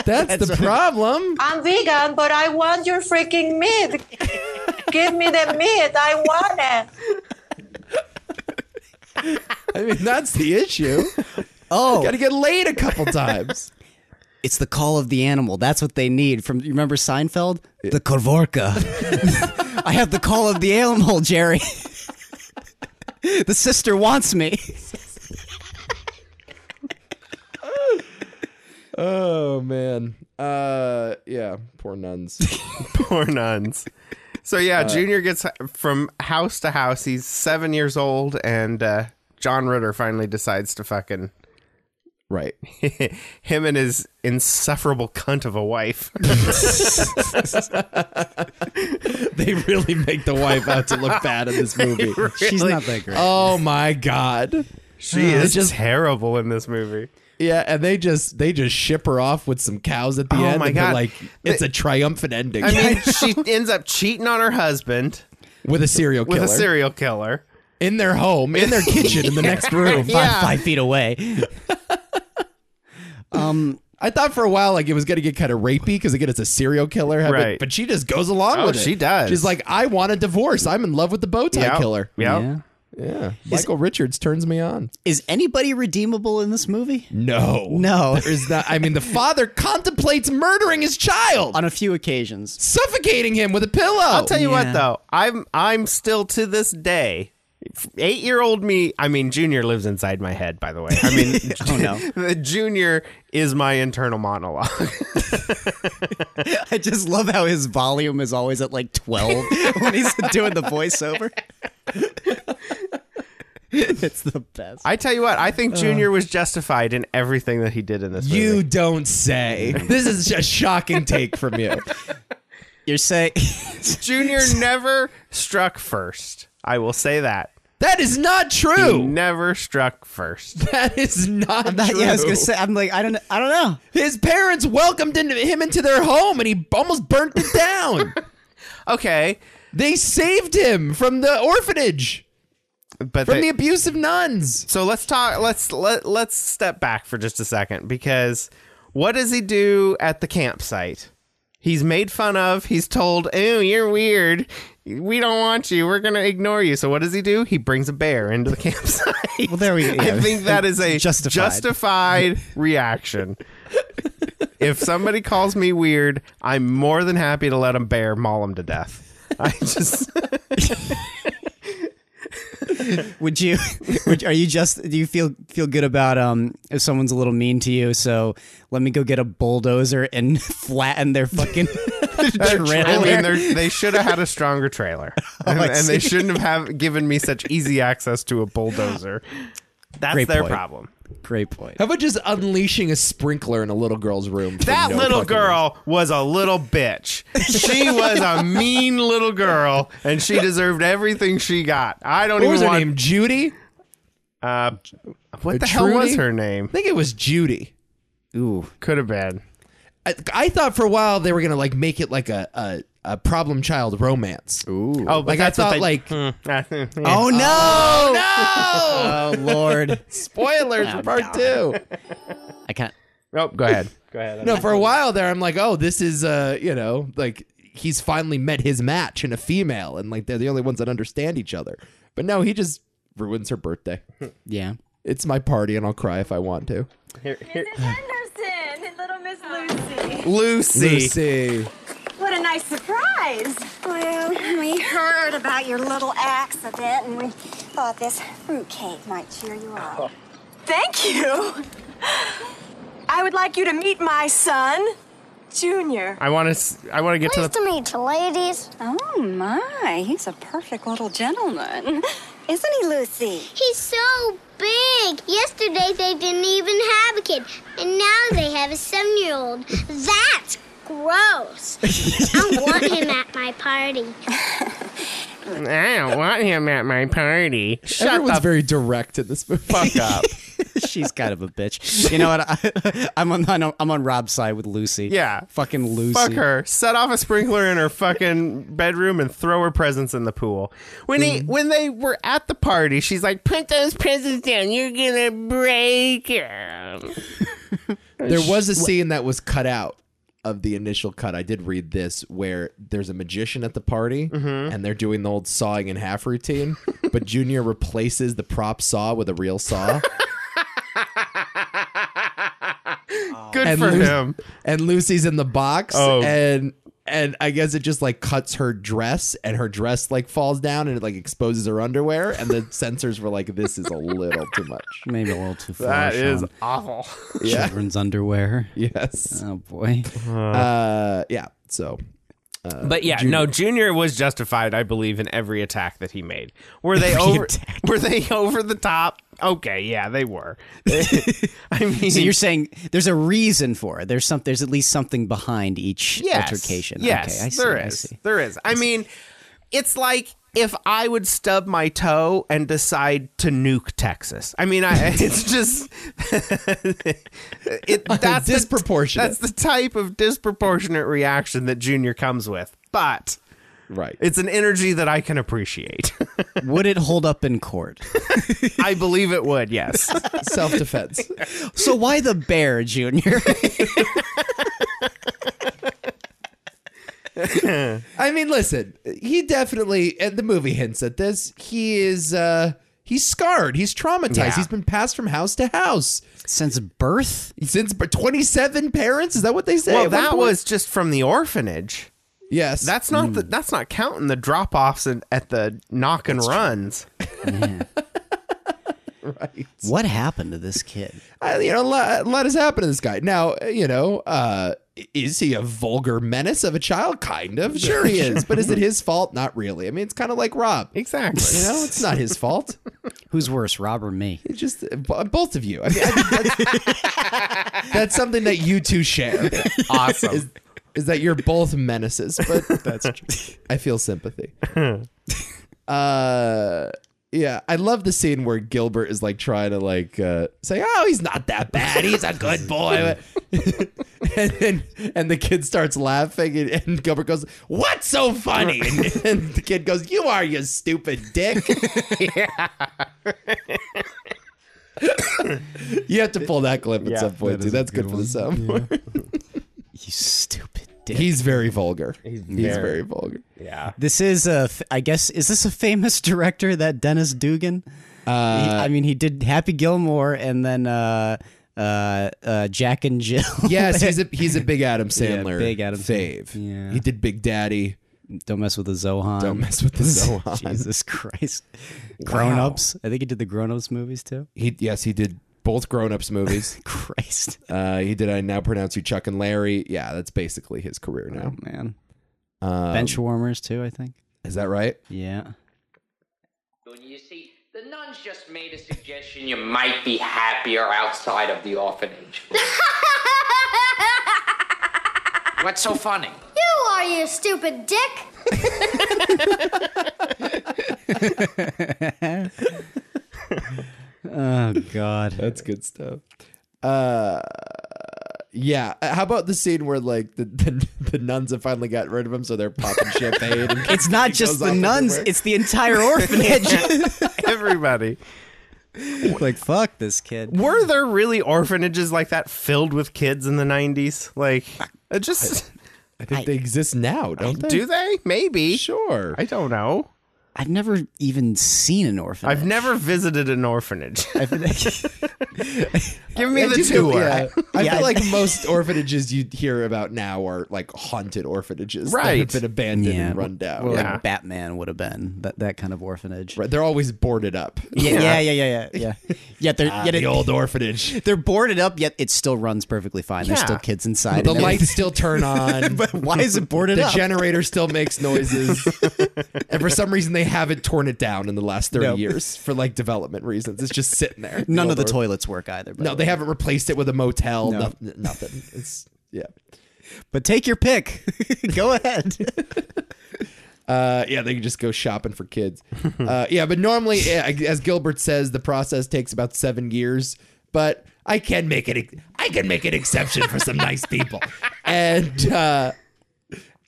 That's, the problem.
I'm vegan, but I want your freaking meat. Give me the meat. I want it.
I mean, that's the
[laughs]
issue.
[laughs] Oh,
Got to get laid a couple times.
it's the call of the animal. That's what they need. From you remember Seinfeld? The Korvorka.
[laughs]
[laughs] I have the call of the animal, Jerry. [laughs] the sister wants me.
Oh man. Uh, yeah. Poor nuns.
poor nuns so yeah junior gets from house to house he's seven years old and uh, john ritter finally decides to fucking [laughs]
right.
him and his insufferable cunt of a wife [laughs]
They really make the wife out to look bad in [laughs] this movie.
She's not that great.
Oh my god.
She
Uh,
is
just-
just terrible in this movie.
Yeah, and they just they just ship her off with some cows at the
Oh
end.
my
and they're
God.
Like it's a triumphant ending
I
[laughs]
mean, she ends up cheating on her husband
with a serial
with
killer
a serial killer.
in their home, in their kitchen, in the next room.
Five, five feet away.
I thought for a while like it was gonna get kind of rapey because again it's a serial killer, have it-
Right.
but she just goes along
Oh,
with it.
she does.
She's like, I want a divorce. I'm in love with the bow tie
Yep.
killer.
Yep.
Yeah.
Yeah, Michael Richards turns me on.
Is anybody redeemable in this movie?
No,
No.
there is not. I mean, the father contemplates murdering his child,
On a few occasions.
suffocating him with a pillow.
I'll tell you
Yeah.
what though, I'm I'm still to this day. Eight year old me, I mean, Junior lives inside my head, by the way. I mean,
[laughs]
Oh no.
the Junior is my internal monologue.
[laughs]
[laughs]
I just love how his volume is always at like 12 [laughs] when he's doing the voiceover. [laughs] it's the best.
I tell you what, I think Junior was justified in everything that he did in this
You
movie.
don't say. This is a shocking take from you.
You're saying
[laughs]
[laughs]
Junior never struck first. I will say that.
That is not
He
true.
never struck first.
That is not,
That-
true.
yeah, I was gonna say. I'm like, I don't, I don't know.
His parents welcomed in- him into their home and he almost burnt it down.
Okay.
they saved him from the orphanage,
But
from
they-
the abuse of nuns.
so let's talk let's let, let's step back for just a second because what does he do at the campsite He's made fun of. He's told, "Oh, you're weird. We don't want you. We're gonna ignore you." So what does he do? He brings a bear into the [laughs] campsite.
Well, there we [laughs] go.
I think that is a
Justified.
justified reaction. if somebody calls me weird, I'm more than happy to let them bear maul them to death. I just
Would you? Would, are you just? Do you feel feel good about um if someone's a little mean to you? So let me go get a bulldozer and [laughs] flatten their fucking [laughs] trailer.
I mean, they're- they should have had a stronger [laughs] trailer, and,
I
and they
see.
shouldn't have have given me such easy access to a bulldozer. That's
Great
their
point.
problem.
Great point.
How about just unleashing a sprinkler in a little girl's room? for
That
no
little
fucking
girl was a little bitch. She was a mean little girl, and she deserved everything she got. I don't
reason? What was
even
her
want.
name? Judy? I
Uh, what the hell was
Trudy?
her name?
think it was Judy.
Ooh,
Could have been.
I, I thought for a while they were gonna like make it like a a, a problem child romance.
ooh.
Oh, but
Like, I
that's what
thought,
they- [laughs]
like-
Hmm. Ah, hmm, yeah.
Oh no!
No
Oh lord!
spoilers for
[laughs]
part two.
I can't.
Oh, go ahead. Go ahead.
No, for a while there, I'm like, oh, this is uh, you know, like he's finally met his match in a female, and like they're the only ones that understand each other. But no, he just ruins her birthday.
Yeah.
It's my party, and I'll cry if I want to.
Mrs. Henderson and little Miss Lucy.
Lucy.
Lucy.
What a nice surprise.
Well, we heard about your little accident, and we thought this fruitcake might cheer you up.
Thank you. I would like you to meet my son, Junior.
I want to. I want to get to
Nice
the.
to meet you, ladies.
Oh my, he's a perfect little gentleman. Isn't he, Lucy?
He's so big. Yesterday they didn't even have a kid, and now they have a seven year old. That's gross. I don't want him at my
[laughs]
party.
I don't want him at my party. Shut
Everyone's
the
very direct in this movie.
fuck up.
[laughs] She's kind of a bitch. You know what? I, [laughs] I'm on I know- I'm on Rob's side with Lucy.
Yeah.
Fucking Lucy.
Fuck her. Set off a sprinkler in her fucking bedroom and throw her presents in the pool. When he when they were at the party, she's like, "Put those presents down. You're gonna break them."
There was a scene that was cut out of the initial cut. I did read this where there's a magician at the party
Mm-hmm.
and they're doing the old sawing in half routine, but Junior replaces the prop saw with a real
[laughs]
saw.
Good
And
for
Lu-
him.
and Lucy's in the box
Oh.
and and I guess it just like cuts her dress and her dress like falls down and it like exposes her underwear and
[laughs]
the censors were like this is a little too much.
Maybe a little too far.
That is
Sean.
awful.
children's underwear.
Yes.
Oh
[laughs]
boy.
Uh yeah. So
But yeah, no, Junior was justified, I believe, in every attack that he made. Were they over?
attack.
Were they [laughs] over the top? Okay, yeah, they were. [laughs] I mean,
So you're saying there's a reason for it. There's some. There's at least something behind each
yes,
altercation.
Yes,
okay, I see,
there
I
is.
see.
There is. I mean, it's like if I would stub my toe and decide to nuke Texas. I mean, I, [laughs] it's just
[laughs]
it, that's the-
Disproportionate.
that's the type of disproportionate reaction that Junior comes with, but.
right.
It's an energy that I can appreciate. [laughs]
Would it hold up in court?
I believe it would,
[laughs]
yes.
Self
[laughs]
defense.
so why the bear, Junior?
I mean, listen, he definitely, and the movie hints at this, he is, uh, he's scarred. He's traumatized.
Yeah.
He's been passed from house to house
Since birth,
since b- 27 parents. Is that what they say?
well,
at one
that
point?
was just from the orphanage.
Yes.
That's not
Hmm.
the, that's not counting the drop offs at the knock and
[laughs]
runs.
what happened to this kid?
I, Uh, you know, a lot, a lot has happened to this guy. Now, uh, you know, uh, is he a vulgar menace of a child? Kind
[laughs]
of. Sure he is. But is it his fault? Not really. I mean, it's kind of like
[laughs]
Rob. You
Exactly.
know, it's not his fault.
Who's worse, Rob or me?
It's just uh, b- both of you. I mean, I think
[laughs]
that's, that's something that you two share.
awesome.
is, is that you're both menaces, but [laughs] that's true. I feel [laughs] sympathy. uh yeah, I love the scene where Gilbert is like trying to like uh, say, "Oh, he's not that bad. He's a good [laughs] boy," and, and and the kid starts laughing, and, and Gilbert goes, "What's so funny?" And, and the kid goes, "You are, you stupid [laughs] dick." you have to pull that clip at
Yeah,
some point
that
too.
is a
That's good,
good
for the soundboard.
You stupid dick.
He's very vulgar. He's very,
very-
vulgar.
Yeah.
This is a, f- I guess, is this a famous [laughs] director that Dennis Dugan? Uh, I mean, [laughs] he did Happy Gilmore and then uh, uh, uh, Jack and Jill.
Yes, he's a he's a big Adam
Yeah,
Sandler.
big Adam Sandler.
fave.
Yeah.
He did Big Daddy.
[laughs] Don't mess with the Zohan.
Don't mess with the
[laughs]
Zohan.
Jesus Christ. Grown ups. I think he did the grown ups movies too. [laughs]
He yes, he did both grown ups movies.
Christ.
uh, he did I now pronounce you Chuck and Larry. Yeah, that's basically his career now.
Oh, man.
Um,
Bench warmers too, I think.
Is that right?
Yeah.
You see, the nuns just made a suggestion you might be happier outside of the orphanage. What's so funny?
You are, you stupid dick.
Oh
[laughs]
God.
That's good stuff. Uh, yeah. Uh, How about the scene where like the, the [laughs] the nuns have finally got rid of him, so they're popping champagne. And
It's not
goes
just
off
the nuns,
everywhere.
it's the entire orphanage.
[laughs]
[laughs]
Everybody.
like fuck this kid.
Were there really orphanages like that filled with kids in the 90s? Like, it just
I think they exist now, don't they?
do [laughs] they? Maybe.
Sure.
I don't know.
I've never even seen an orphanage.
I've never visited an
[laughs]
orphanage.
[laughs]
Give me
Yeah, do
the
you feel-
tour.
yeah. I
Yeah,
feel
I-
like most orphanages you hear about now are like haunted orphanages, That have
Right.
been abandoned and run down.
Well,
Yeah.
like Batman would have been that that kind of orphanage.
Right, They're always boarded up.
Yeah, yeah, yeah, yeah, yeah.
[laughs]
yeah. Yet they're
Ah,
yet
the
it,
old orphanage.
they're boarded up, yet it still runs perfectly fine. There's
Yeah.
still kids
[laughs]
inside.
The
and everything.
lights still turn [laughs] on.
but why is it boarded
the
up?
generator still makes [laughs] noises. and for some reason, they haven't torn it down in the last 30
No.
years for like development reasons. It's just sitting there.
None of the
old orphan-
toilets work either. by
No,
the
they
way.
haven't replaced it with a motel. No. Nothing. It's, yeah.
But take your pick. [laughs]
[laughs]
Go ahead.
Uh, yeah, they can just go shopping for kids. Uh, [laughs] yeah, but normally, yeah, as Gilbert says, the process takes about seven years. But I can make it. I can make an exception for some nice
[laughs]
people, and uh,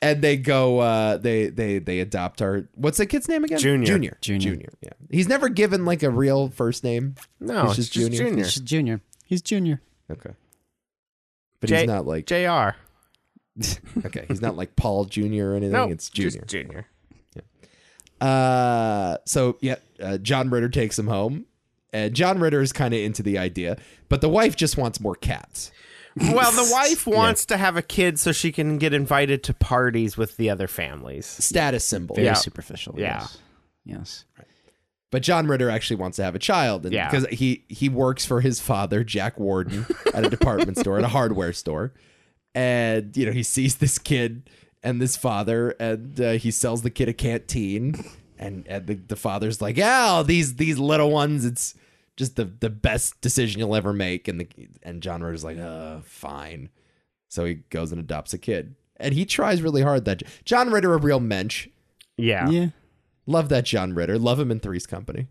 and they go. Uh, they they they adopt our. What's the kid's name again?
Junior.
Junior.
Junior.
Yeah. He's never given like a real first name.
No,
He's just
it's
Junior.
just Junior.
He's junior. He's junior.
Okay. But
J-
he's not like
JR.
okay. He's not like Paul Junior or anything.
No,
it's Junior.
Just junior.
Uh, so yeah, uh, John Ritter takes him home. And John Ritter is kind of into the idea, but the wife just wants more cats. [laughs]
Well, the wife wants to have a kid so she can get invited to parties with the other families.
Status symbol.
Very
Yeah.
superficial.
Yeah.
Yes. Yes.
But John Ritter actually wants to have a child and
Yeah.
because he he works for his father, Jack Warden, at a department store, at a hardware store. And you know, he sees this kid and this father and uh, he sells the kid a canteen and, and the, the father's like, "Oh, these these little ones, it's just the the best decision you'll ever make." And the and John Ritter's like, "Uh, fine." So he goes and adopts a kid. And he tries really hard that John Ritter a real mensch.
Yeah.
Yeah.
Love that John Ritter. Love him in Three's Company.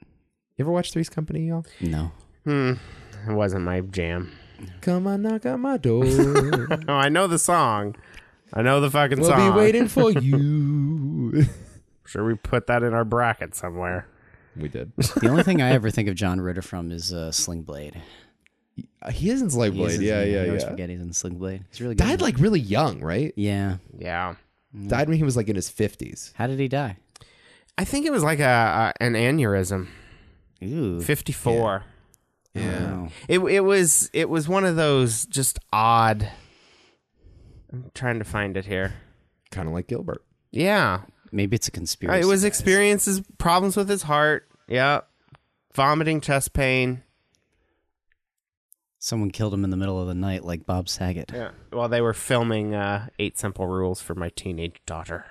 You ever watch Three's Company, y'all?
No.
It wasn't my jam. [laughs]
Come on, knock on my
[laughs]
door. we'll
Oh, I know the song. I know the fucking song.
be waiting for
[laughs]
you.
Sure, we put that in our bracket somewhere.
we did.
The
[laughs]
only thing I ever think of John Ritter from is uh, Sling Blade.
He is in Slave
He is
Blade.
in-
Yeah,
I
yeah,
always
yeah.
forget he's in Sling Blade. He's really good.
Died like really young, right?
Yeah.
Yeah.
Mm-hmm.
Died when he was like in his 50s.
How did he die?
I think it was like a, a an aneurysm.
Ooh.
54.
Wow.
It it was it was one of those just odd I'm trying to find it here.
Kind of like Gilbert.
Yeah. Uh,
Maybe it's a conspiracy.
it was
guys.
experiences problems with his heart. Yeah. Vomiting, chest pain.
Someone killed him in the middle of the night, like Bob Saget.
Yeah. While they were filming uh, Eight Simple Rules for My Teenage Daughter.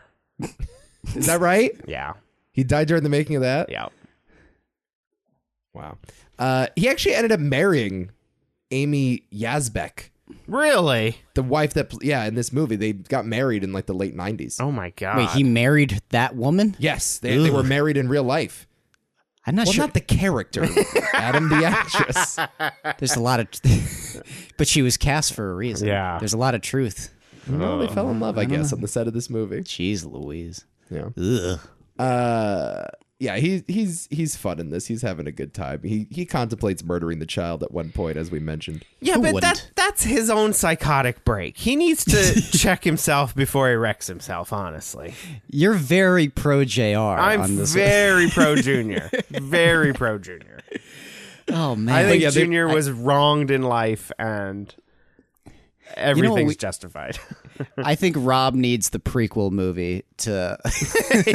Is
[laughs]
that right?
Yeah.
He died during the making of that?
Yeah.
Wow. Uh, he actually ended up marrying Amy Yazbek,
Really?
the wife that, pl- yeah, in this movie. They got married in like the late 90s.
Oh my god.
Wait,
Ah.
he married that woman?
Yes, they, they
Ugh.
were married in real life.
I'm not
Well,
sure.
not the character, Adam, the [laughs] actress.
There's
[laughs]
a lot of, but she was cast for a reason.
Yeah.
There's a lot of truth.
Well, they fell in love, I guess, on the set of this movie.
Jeez, Louise.
Yeah.
Ugh.
Uh, yeah, he he's he's fun in this. He's having a good time. He he contemplates murdering the child at one point, as we mentioned.
Yeah,
Who
but that
wouldn't?
that's his own psychotic break. He needs
[laughs]
to check himself before he wrecks himself, honestly.
You're very pro JR uh, on
I'm
this.
very
[laughs]
pro Junior. Very pro Junior.
oh man,
I think
yeah, they-
Junior was wronged in life and everything's
we-
justified.
[laughs]
[laughs]
I think Rob needs the prequel movie to. [laughs]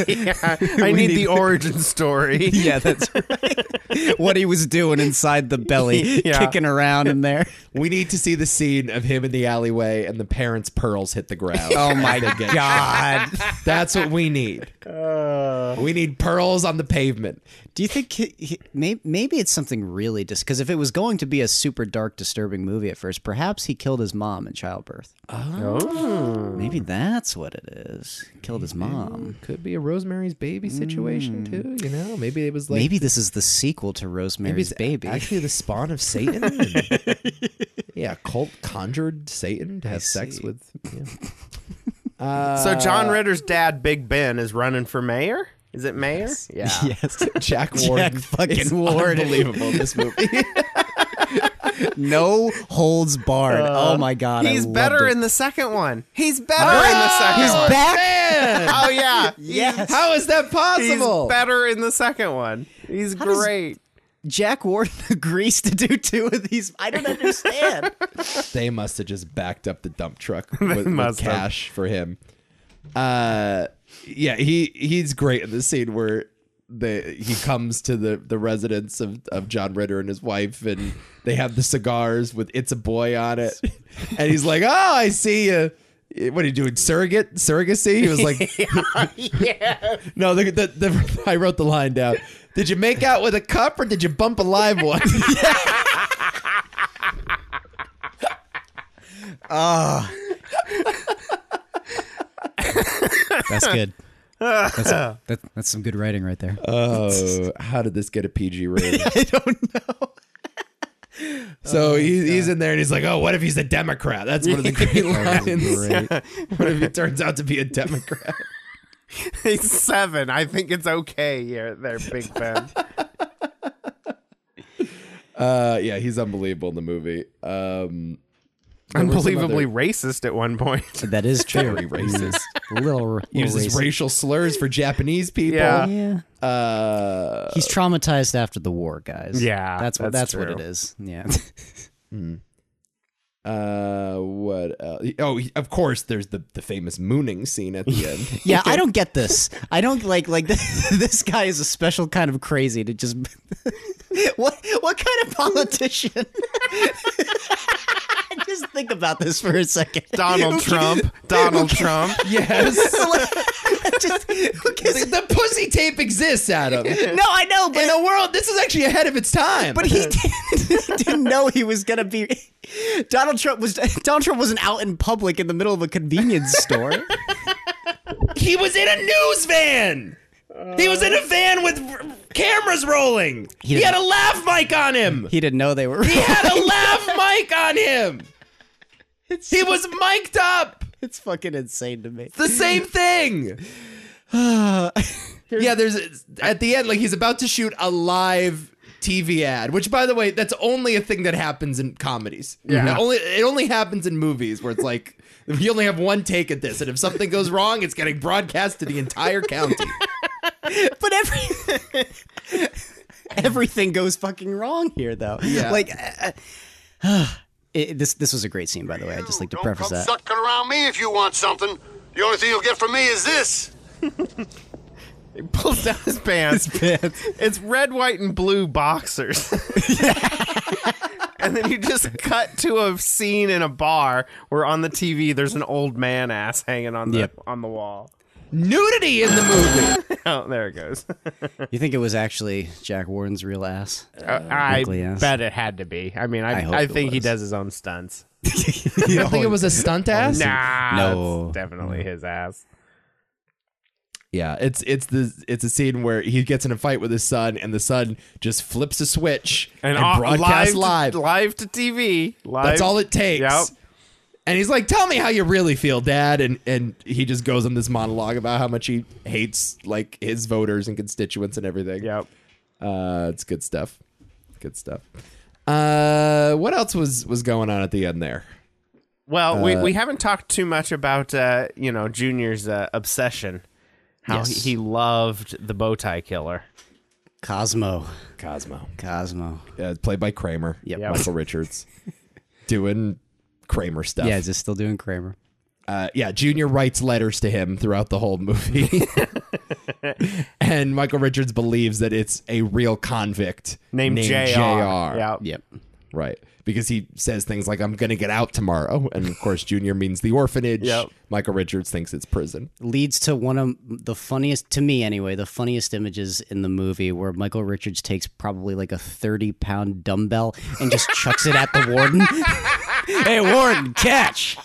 yeah, I need, the origin story. [laughs]
yeah, that's right. what he was doing inside the belly,
[laughs] Yeah.
kicking around in there.
We need to see the scene of him in the alleyway and the parents' pearls hit the ground.
Oh my
They get-
god!
That's what we need. we need pearls on the pavement.
Do you think he, he, may, maybe it's something really dis? Because if it was going to be a super dark, disturbing movie at first, perhaps he killed his mom in childbirth. Oh, maybe that's what it is. Killed his mom.
Could be a Rosemary's Baby situation too. You know, maybe it was like
Maybe this is the sequel to Rosemary's Baby. [laughs]
Actually, the spawn of Satan. and- yeah, a cult conjured Satan to have sex with.
[laughs]
yeah.
so
Uh,
John Ritter's dad, Big Ben, is running for mayor? Is it mayor?
[laughs]
Yeah.
yes,
Jack Warden.
fucking
It's
Warden.
Unbelievable.
[laughs]
This movie.
no holds barred. oh my god, I
He's
loved
better
it. Ah,
in the second one. He's better in the second
He's
one.
back.
Oh
[laughs]
yeah.
Yes.
How is that
He's
possible?
better in the second one. He's
does-
great. [laughs]
Jack Warden [laughs] agrees to do two of these. I don't understand.
[laughs] they must have just backed up the dump
[laughs]
truck with, with
must have.
cash for him. Uh, yeah, he he's great in the scene where the he comes to the the residence of of John Ritter and his wife, and they have the cigars with "It's a Boy" on
[laughs]
it, and he's like, "Oh, I see you." What are you doing? Surrogate surrogacy? He was
[laughs]
like, [laughs] "No, the, the, the, [laughs] I wrote the line down. Did you make out with a cup or did you bump a live one?"
[laughs] That's good. That's, [laughs] that, that's some good writing right there.
Oh, how did this get a [laughs] PG rating? I don't Oh, know. [laughs] So he's, he's in there and he's like, "Oh, what if he's a Democrat?" That's one of the [laughs]
[laughs]
great lines. What if he turns out to be a Democrat?
He's seven. I think it's okay here, there, Big Ben.
[laughs] Uh, yeah, he's unbelievable in the movie. Um, there was some
Unbelievably
other-
racist at one
[laughs]
point.
That is true. Very
racist.
little r- little
uses
racist.
racial slurs for Japanese people.
Yeah.
Yeah.
Uh,
He's traumatized after the war, guys.
Yeah,
That's what
that's
that's, what
true.
it is. Yeah. [laughs]
uh, what? Else? Oh, he- of course, there's the the famous mooning scene at [laughs] the end.
yeah, I don't get this. I don't like like [laughs] this guy is a special kind of crazy to just [laughs] What what kind of politician? [laughs] just think about this for a second.
Donald Trump. [laughs] Donald
[laughs]
Trump.
yes,
just who gives a-
the pussy tape exists, [laughs] Adam.
No, I know, but
in a world this is actually ahead of its time.
But [laughs] he didn't, he didn't know he was gonna be. Donald Trump was Donald Trump wasn't out in public in the middle of a convenience store.
he was in a news van. he was in a van with r- cameras rolling. He, had a lav mic on him.
He didn't know they were.
He had a lav mic on him. he was mic'd up.
It's fucking insane to me.
The same thing. yeah, there's at the end like he's about to shoot a live TV ad, which by the way, that's only a thing that happens in comedies. Yeah, it only it only happens in movies where it's like [laughs] you only have one take at this, and if something goes wrong, it's getting broadcast to the entire county.
But every everything goes fucking wrong here, though.
Yeah.
Like. Uh, [sighs] it, this this was a great scene, by the way. I just like to preface that.
sucking around me if you want something. The only thing you'll get from me is this.
He pulls down his pants. It's red, white, and blue
[laughs]
boxers. [laughs] and then you just cut to a scene in a bar where on the TV there's an old man ass hanging on the
Yep.
on the wall. [laughs]
Nudity in the movie.
Oh, there it goes.
[laughs]
[laughs]
You think it was actually Jack Warden's real ass?
I
Uh, Ugly ass.
bet it had to be. I mean, I,
I hope
I,
it
think he
was.
does his own stunts.
You don't think it was a stunt ass?
Oh, Nah,
No.
it's definitely his ass.
Yeah, it's it's the it's a scene where he gets in a fight with his son, and the son just flips a switch and,
off-
broadcasts
live, to- live to TV. Live.
That's all it takes.
Yep.
And he's like, "Tell me how you really feel, Dad." And and he just goes on this monologue about how much he hates like his voters and constituents and everything.
Yep.
Uh, it's good stuff. Good stuff. Uh, what else was was going on at the end there?
Well, we,
Uh,
we haven't talked too much about uh, you know Junior's uh, obsession, how
Yes.
he, he loved the bow tie killer.
Cosmo.
Cosmo,
Cosmo.
uh, played by Kramer.
Yep.
Yep.
Michael Richards doing Kramer stuff.
Yeah, is it still doing Kramer?
uh, yeah, Junior writes letters to him throughout the whole
[laughs]
movie. and Michael Richards believes that it's a real convict
Named, Jr.
JR.
Yeah.
[laughs] Yep.
Right. Because he says things like, I'm going to get out tomorrow. And of course, Junior means the orphanage.
Yep.
Michael Richards thinks it's prison.
Leads to one of the funniest, to me anyway, the funniest images in the movie where Michael Richards takes probably like a 30 pound dumbbell and just chucks it at the warden. [laughs] hey, warden, catch.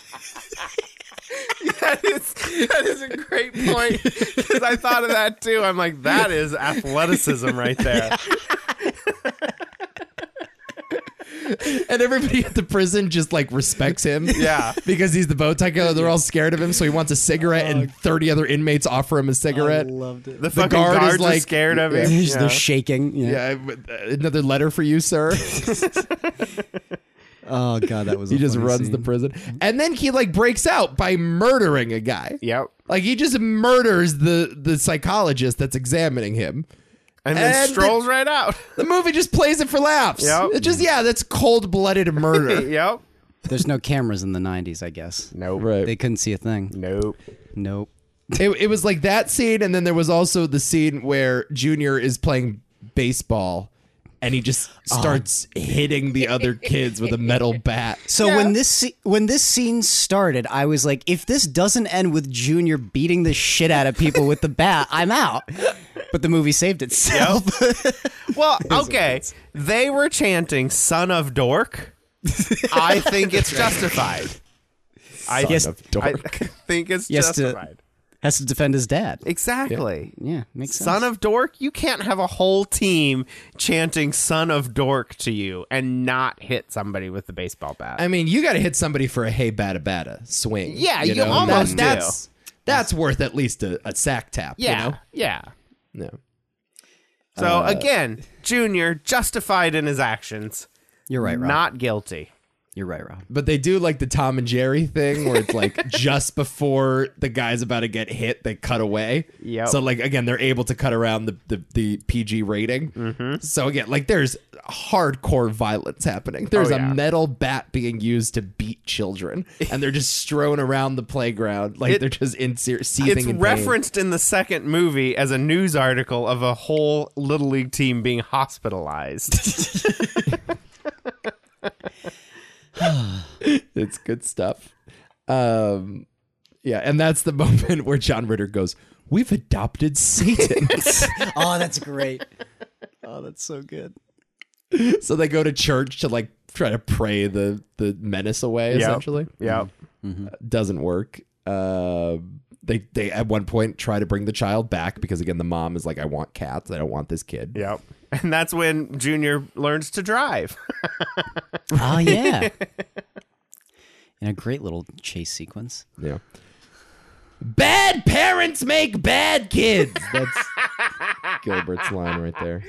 That is that is a great point. 'Cause I thought of that too. I'm like, that is athleticism right there.
And everybody at the prison just like respects him.
[laughs] Yeah.
Because he's the bow tie killer. They're all scared of him. So he wants a cigarette, and 30 other inmates offer him a cigarette.
The, fucking
guard is
guards are
like-
scared of him.
They're,
Yeah.
they're shaking. Yeah.
Yeah, uh, another letter for you, sir.
Oh, God, that
[laughs]
was
he
a
just
funny
runs the
scene.
prison, and then he like breaks out by murdering a guy.
Yep.
Like he just murders the the psychologist that's examining him.
And then
And
strolls right out.
The movie just plays it for laughs.
Yep.
It just yeah, that's cold blooded
[laughs]
murder.
yep.
There's no cameras in the 90s, I guess.
Nope.
They couldn't see a thing.
Nope.
Nope.
It, it was like that scene, and then there was also the scene where Junior is playing baseball, and he just
Uh-huh.
starts hitting the other kids with a
[laughs]
metal bat.
So when this sce- when this scene started, I was like, if this doesn't end with Junior beating the shit out of people with the bat, I'm out. But the movie saved itself. [laughs]
Well, okay. They were chanting "Son of Dork." I think it's justified. I,
Son of
[laughs]
I
dork.
think it's
Yes, to-
justified.
Has to defend his dad.
Exactly.
Yeah, makes sense.
Son of Dork, you can't have a whole team chanting "Son of Dork" to you and not hit somebody with the baseball bat.
I mean, you got to hit somebody for a hey bada bada swing.
Yeah, you almost do.
that's, That's worth at least a, a sack tap.
yeah,
You know?
yeah.
No. Uh,
So again, Junior justified in his actions,
You're right, Rob.
not guilty.
You're right, Rob.
But they do like the Tom and Jerry thing where it's
[laughs]
like just before the guy's about to get hit, they cut away.
Yep.
So like again, they're able to cut around the the, the PG rating.
Mm-hmm.
So again, like there's hardcore violence happening. There's
Oh, yeah.
a metal bat being used to beat children, and they're just strewn around the playground like
It-
they're just in se- seething.
It's
in pain.
referenced in the second movie as a news article of a whole little league team
[laughs]
being hospitalized.
It's good stuff. Um, yeah, and that's the [laughs] moment where John Ritter goes, "We've adopted
[laughs]
Satan."
Oh, that's [laughs] great. Oh, that's so good.
so they go to church to like try to pray the the menace away. Essentially,
yep.
doesn't work. Uh, they they at one point try to bring the child back because again the mom is like, "I want cats. I don't want this kid."
Yep. And that's when Junior learns to drive. [laughs]
Oh yeah. In a great little chase sequence.
Yeah. Bad parents make bad kids. [laughs] That's Gilbert's line right there.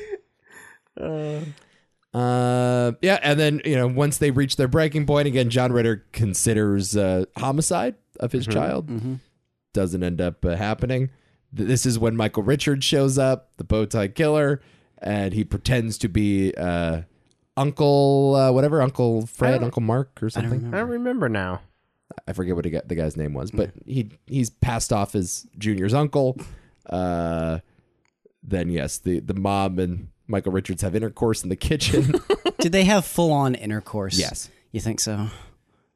Uh, yeah, and then you know once they reach their breaking point again, John Ritter considers uh, homicide of his child. Doesn't end up uh, happening. Th- This is when Michael Richards shows up, the bow tie killer, and he pretends to be uh, Uncle uh, whatever, Uncle Fred, Uncle Mark, or something.
I don't remember now.
I forget what he got, the guy's name was, but he he's passed off as Junior's uncle. Uh, then yes, the the mom and Michael Richards have intercourse in the kitchen.
Did they have full on intercourse?
Yes.
You think so?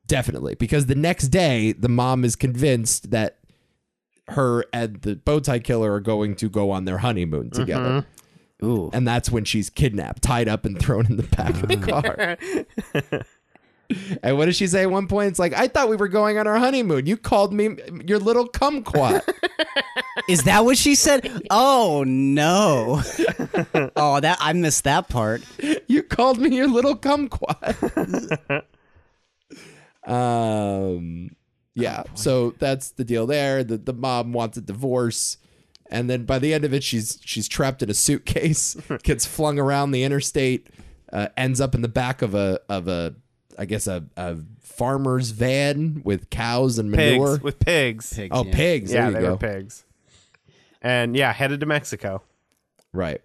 Definitely, because the next day the mom is convinced that her and the bow tie killer are going to go on their honeymoon together,
Ooh.
and that's when she's kidnapped, tied up, and thrown in the back of the car. And what does she say at one point? It's like, I thought we were going on our honeymoon. You called me your little kumquat.
Is that what she said? Oh [laughs] no. oh, that I missed that part.
[laughs]
You called me your little kumquat. Um,
Oh,
yeah. so that's the deal there. The the mom wants a divorce, and then by the end of it, she's she's trapped in a
[laughs]
suitcase, gets flung around the interstate, uh, ends up in the back of a of a I guess a, a farmer's van with cows and
Pigs
manure.
with pigs.
oh,
yeah.
pigs. there
Yeah,
you
they
go.
were pigs. And yeah, headed to Mexico.
Right.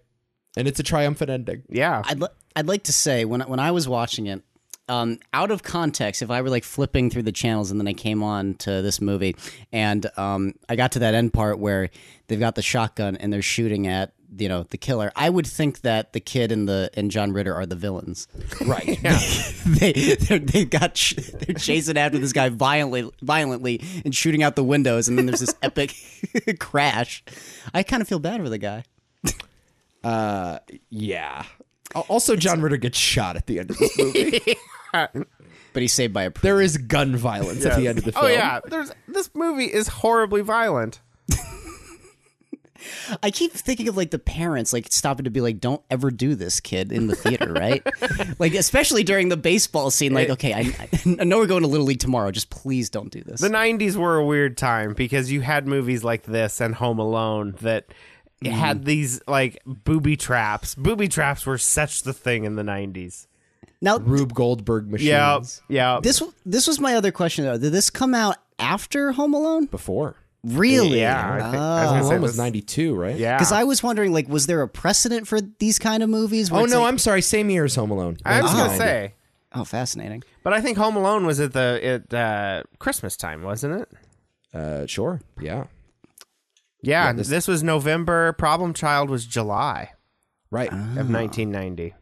And it's a triumphant ending.
Yeah.
I'd, li- I'd like to say when when I was watching it, um, out of context, if I were like flipping through the channels and then I came on to this movie and um, I got to that end part where they've got the shotgun and they're shooting at you know the killer, I would think that the kid and the and John Ritter are the villains. [laughs]
Right.
they they're- they've got sh- they're chasing after this guy violently violently and shooting out the windows, and then there's this epic [laughs] crash. I kind of feel bad for the guy.
yeah. Al- Also, John Ritter gets shot at the end of
[laughs]
this movie.
But he's saved by a. Pr-
there is gun violence at the end of the film.
Oh yeah, there's this movie is horribly violent.
I keep thinking of like the parents like stopping to be like, "Don't ever do this, kid," in the theater, right? like especially during the baseball scene. Like, okay, I, I [laughs] know we're going to little league tomorrow. Just please don't do this.
The 90s were a weird time because you had movies like this and Home Alone that
Mm-hmm.
had these like booby traps. Booby traps were such the thing in the 90s.
now
Rube Goldberg machines.
Yeah. Yeah.
this w- this was my other question though. Did this come out after Home Alone?
Before.
Really?
yeah, I think, I was gonna say
Oh, Alone was
this-
92, right?
Yeah.
Because I was wondering, like, was there a precedent for these kind of movies? where
Oh,
it's
no,
like-
I'm sorry. Same year as Home Alone.
I was gonna
1990.
say,
Oh, fascinating.
but I think Home Alone was at the at uh, Christmas time, wasn't it?
Uh, sure. Yeah.
Yeah, this, was November. Problem Child was July
Right.
of 1990.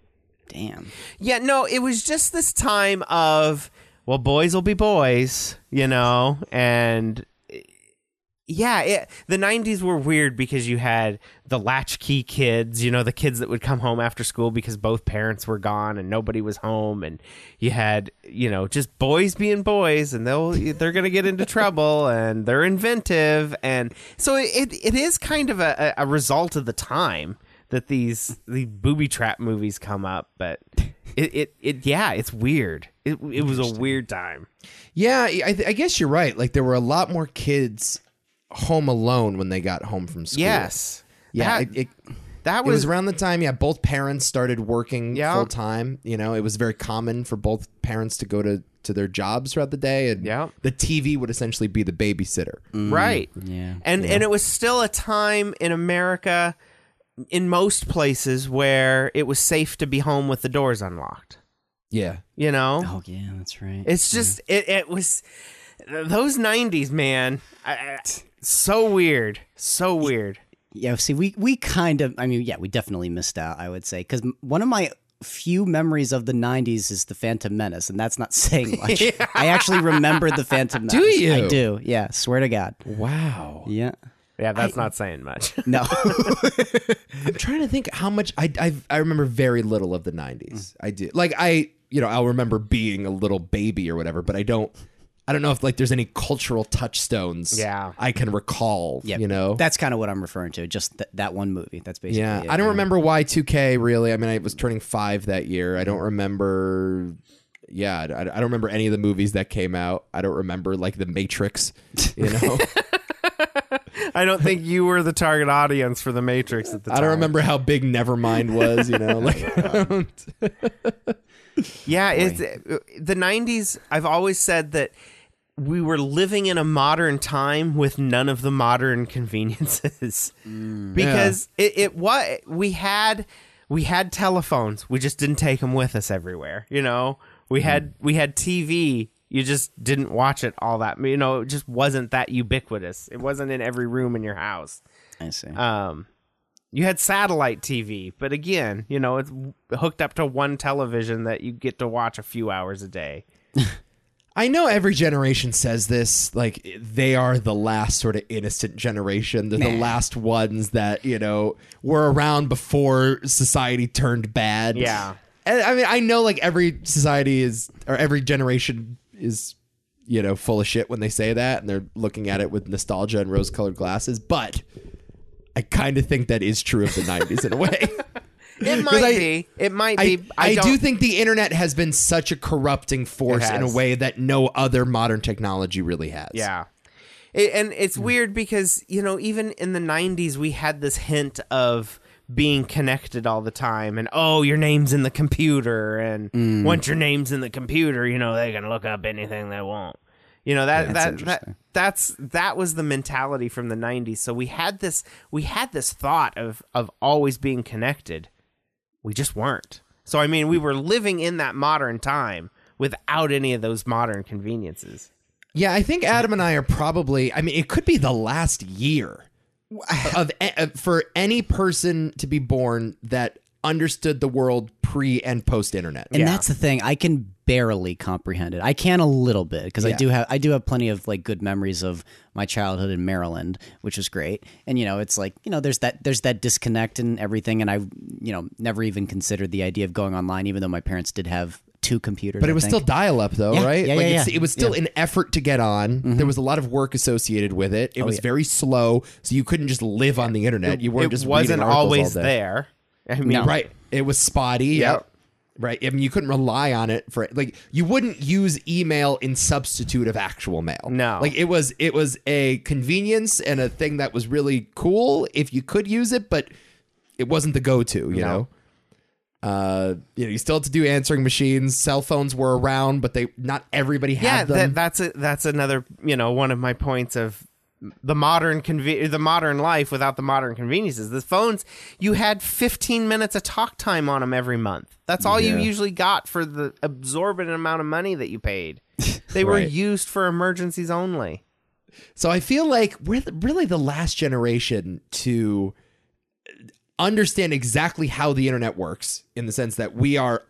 Damn.
Ah. Yeah, no, it was just this time of well, boys will be boys, you know, and yeah, it, the '90s were weird because you had the latchkey kids, you know, the kids that would come home after school because both parents were gone and nobody was home, and you had you know just boys being boys, and they'll they're gonna get into trouble, [laughs] and they're inventive, and so it it is kind of a, a a result of the time that these these booby trap movies come up,
[laughs]
but it it, it yeah, it's weird. It it was a weird time.
Yeah, I, I guess you're right. Like, there were a lot more kids home alone when they got home from school.
Yes,
Yeah.
That-
it, it,
that
it
was
was around the time yeah both parents started working
Yeah.
full time you know it was very common for both parents to go to to their jobs throughout the day and
Yeah.
the tv would essentially be the babysitter
Mm. right
Mm,
yeah,
and and it was still a time in america in most places where it was safe to be home with the doors unlocked
yeah
you know
Oh, yeah, that's right.
it's just it, it was those 90s man I, I- so weird so weird
Yeah, see, we we kind of, I mean, yeah, we definitely missed out. I would say because one of my few memories of the '90s is the Phantom Menace, and that's not [laughs]
[laughs]
saying much. I actually remember the Phantom Menace.
you?
I do. Yeah, swear to God.
wow
Yeah.
yeah that's not saying much [laughs]
[laughs]
No.
i'm trying to think how much i i, I remember very little of the 90s
Mm.
i do like i you know i'll remember being a little baby or whatever but i don't I don't know if like there's any cultural touchstones
Yeah.
I can recall.
yeah,
you know
that's kind of what I'm referring to. Just th- that one movie. That's basically.
Yeah,
it.
I don't remember Y two K really. I mean, I was turning five that year. I don't remember. Yeah, I, I don't remember any of the movies that came out. I don't remember like the Matrix.
[laughs]
You know,
i don't think you were the target audience for the matrix at the time
I don't remember how big Nevermind was. You
[laughs]
know, like [laughs]
Yeah, it's uh, the '90s. I've always said that we were living in a modern time with none of the modern conveniences, [laughs]
Mm.
because it, it what we had we had telephones. We just didn't take them with us everywhere. You know,
Mm.
we had we had TV. You just didn't watch it all that. You know, it just wasn't that ubiquitous. It wasn't in every room in your house.
I see.
Um, you had satellite TV, but again, you know, it's hooked up to one television that you get to watch a few hours a day.
I know every generation says this. Like they are the last sort of innocent generation. They're the last ones that you know were around before society turned bad.
Yeah.
And, I mean, I know like every society is or every generation is you know full of shit when they say that, and they're looking at it with nostalgia and rose-colored glasses. But I kind of think that is true of the '90s in a way.
It
[laughs] 'Cause
might
I-
be. It might
I,
be.
I, do
don't-
think the internet has been such a corrupting force
It
in a
has.
way that no other modern technology really has.
Yeah. It, and it's weird because, you know, even in the 90s, we had this hint of being connected all the time and, oh, your name's in the computer. And once your name's in the computer, you know, they can look up anything they want. You know, that, that, that, that's, that was the mentality from the 90s. So we had this, we had this thought of, of always being connected. We just weren't. So, I mean, we were living in that modern time without any of those modern conveniences.
Yeah, I think Adam and I are probably. I mean, it could be the last year of of- for any person to be born that understood the world pre and post internet.
And that's the thing. I can barely comprehend it. I can a little bit because I
Yeah.
do have I do have plenty of like good memories of my childhood in Maryland, which was great. And you know, it's like you know, there's that there's that disconnect and everything. And I, you know, never even considered the idea of going online, even though my parents did have two computers.
But
I
it was
think.
still dial up, though,
Yeah,
right?
yeah,
like
yeah,
it's,
yeah.
It was still
Yeah.
an effort to get on. There was a lot of work associated with it. It was
yeah.
very slow, so you couldn't just live on the internet. You weren't
it
just
wasn't
reading articles all
always
day.
there. I mean,
No.
Right. It was spotty.
Yep.
Yep. Right. I mean, you couldn't rely on it for like you wouldn't use email in substitute of actual mail.
No.
Like it was it was a convenience and a thing that was really cool if you could use it, but it wasn't the go to. You know. Uh, you know, you still had to do answering machines. Cell phones were around, but they not everybody had
yeah,
them.
that, that's a, that's another you know one of my points of the modern conve- the modern life without the modern conveniences. The phones you had 15 minutes of talk time on them every month. That's all you usually got for the absorbent amount of money that
[laughs]
you paid. They were
Right.
used for emergencies only.
So I feel like we're the, really the last generation to understand exactly how the internet works in the sense that we are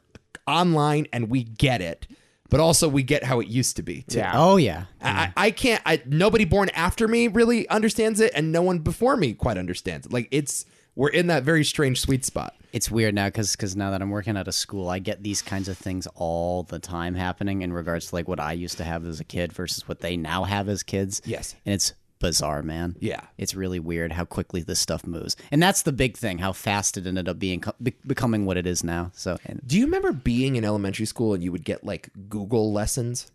online and we get it, but also we get how it used to be. Too.
Oh yeah.
I, I can't. I, nobody born after me really understands it, and no one before me quite understands it. Like it's we're in that very strange sweet spot.
It's weird now because now that I'm working out of school, I get these kinds of things all the time happening in regards to like what I used to have as a kid versus what they now have as kids.
Yes.
and it's bizarre, man.
Yeah.
it's really weird how quickly this stuff moves, and that's the big thing: how fast it ended up being be- becoming what it is now. So, and
Do you remember being in elementary school and you would get like Google lessons?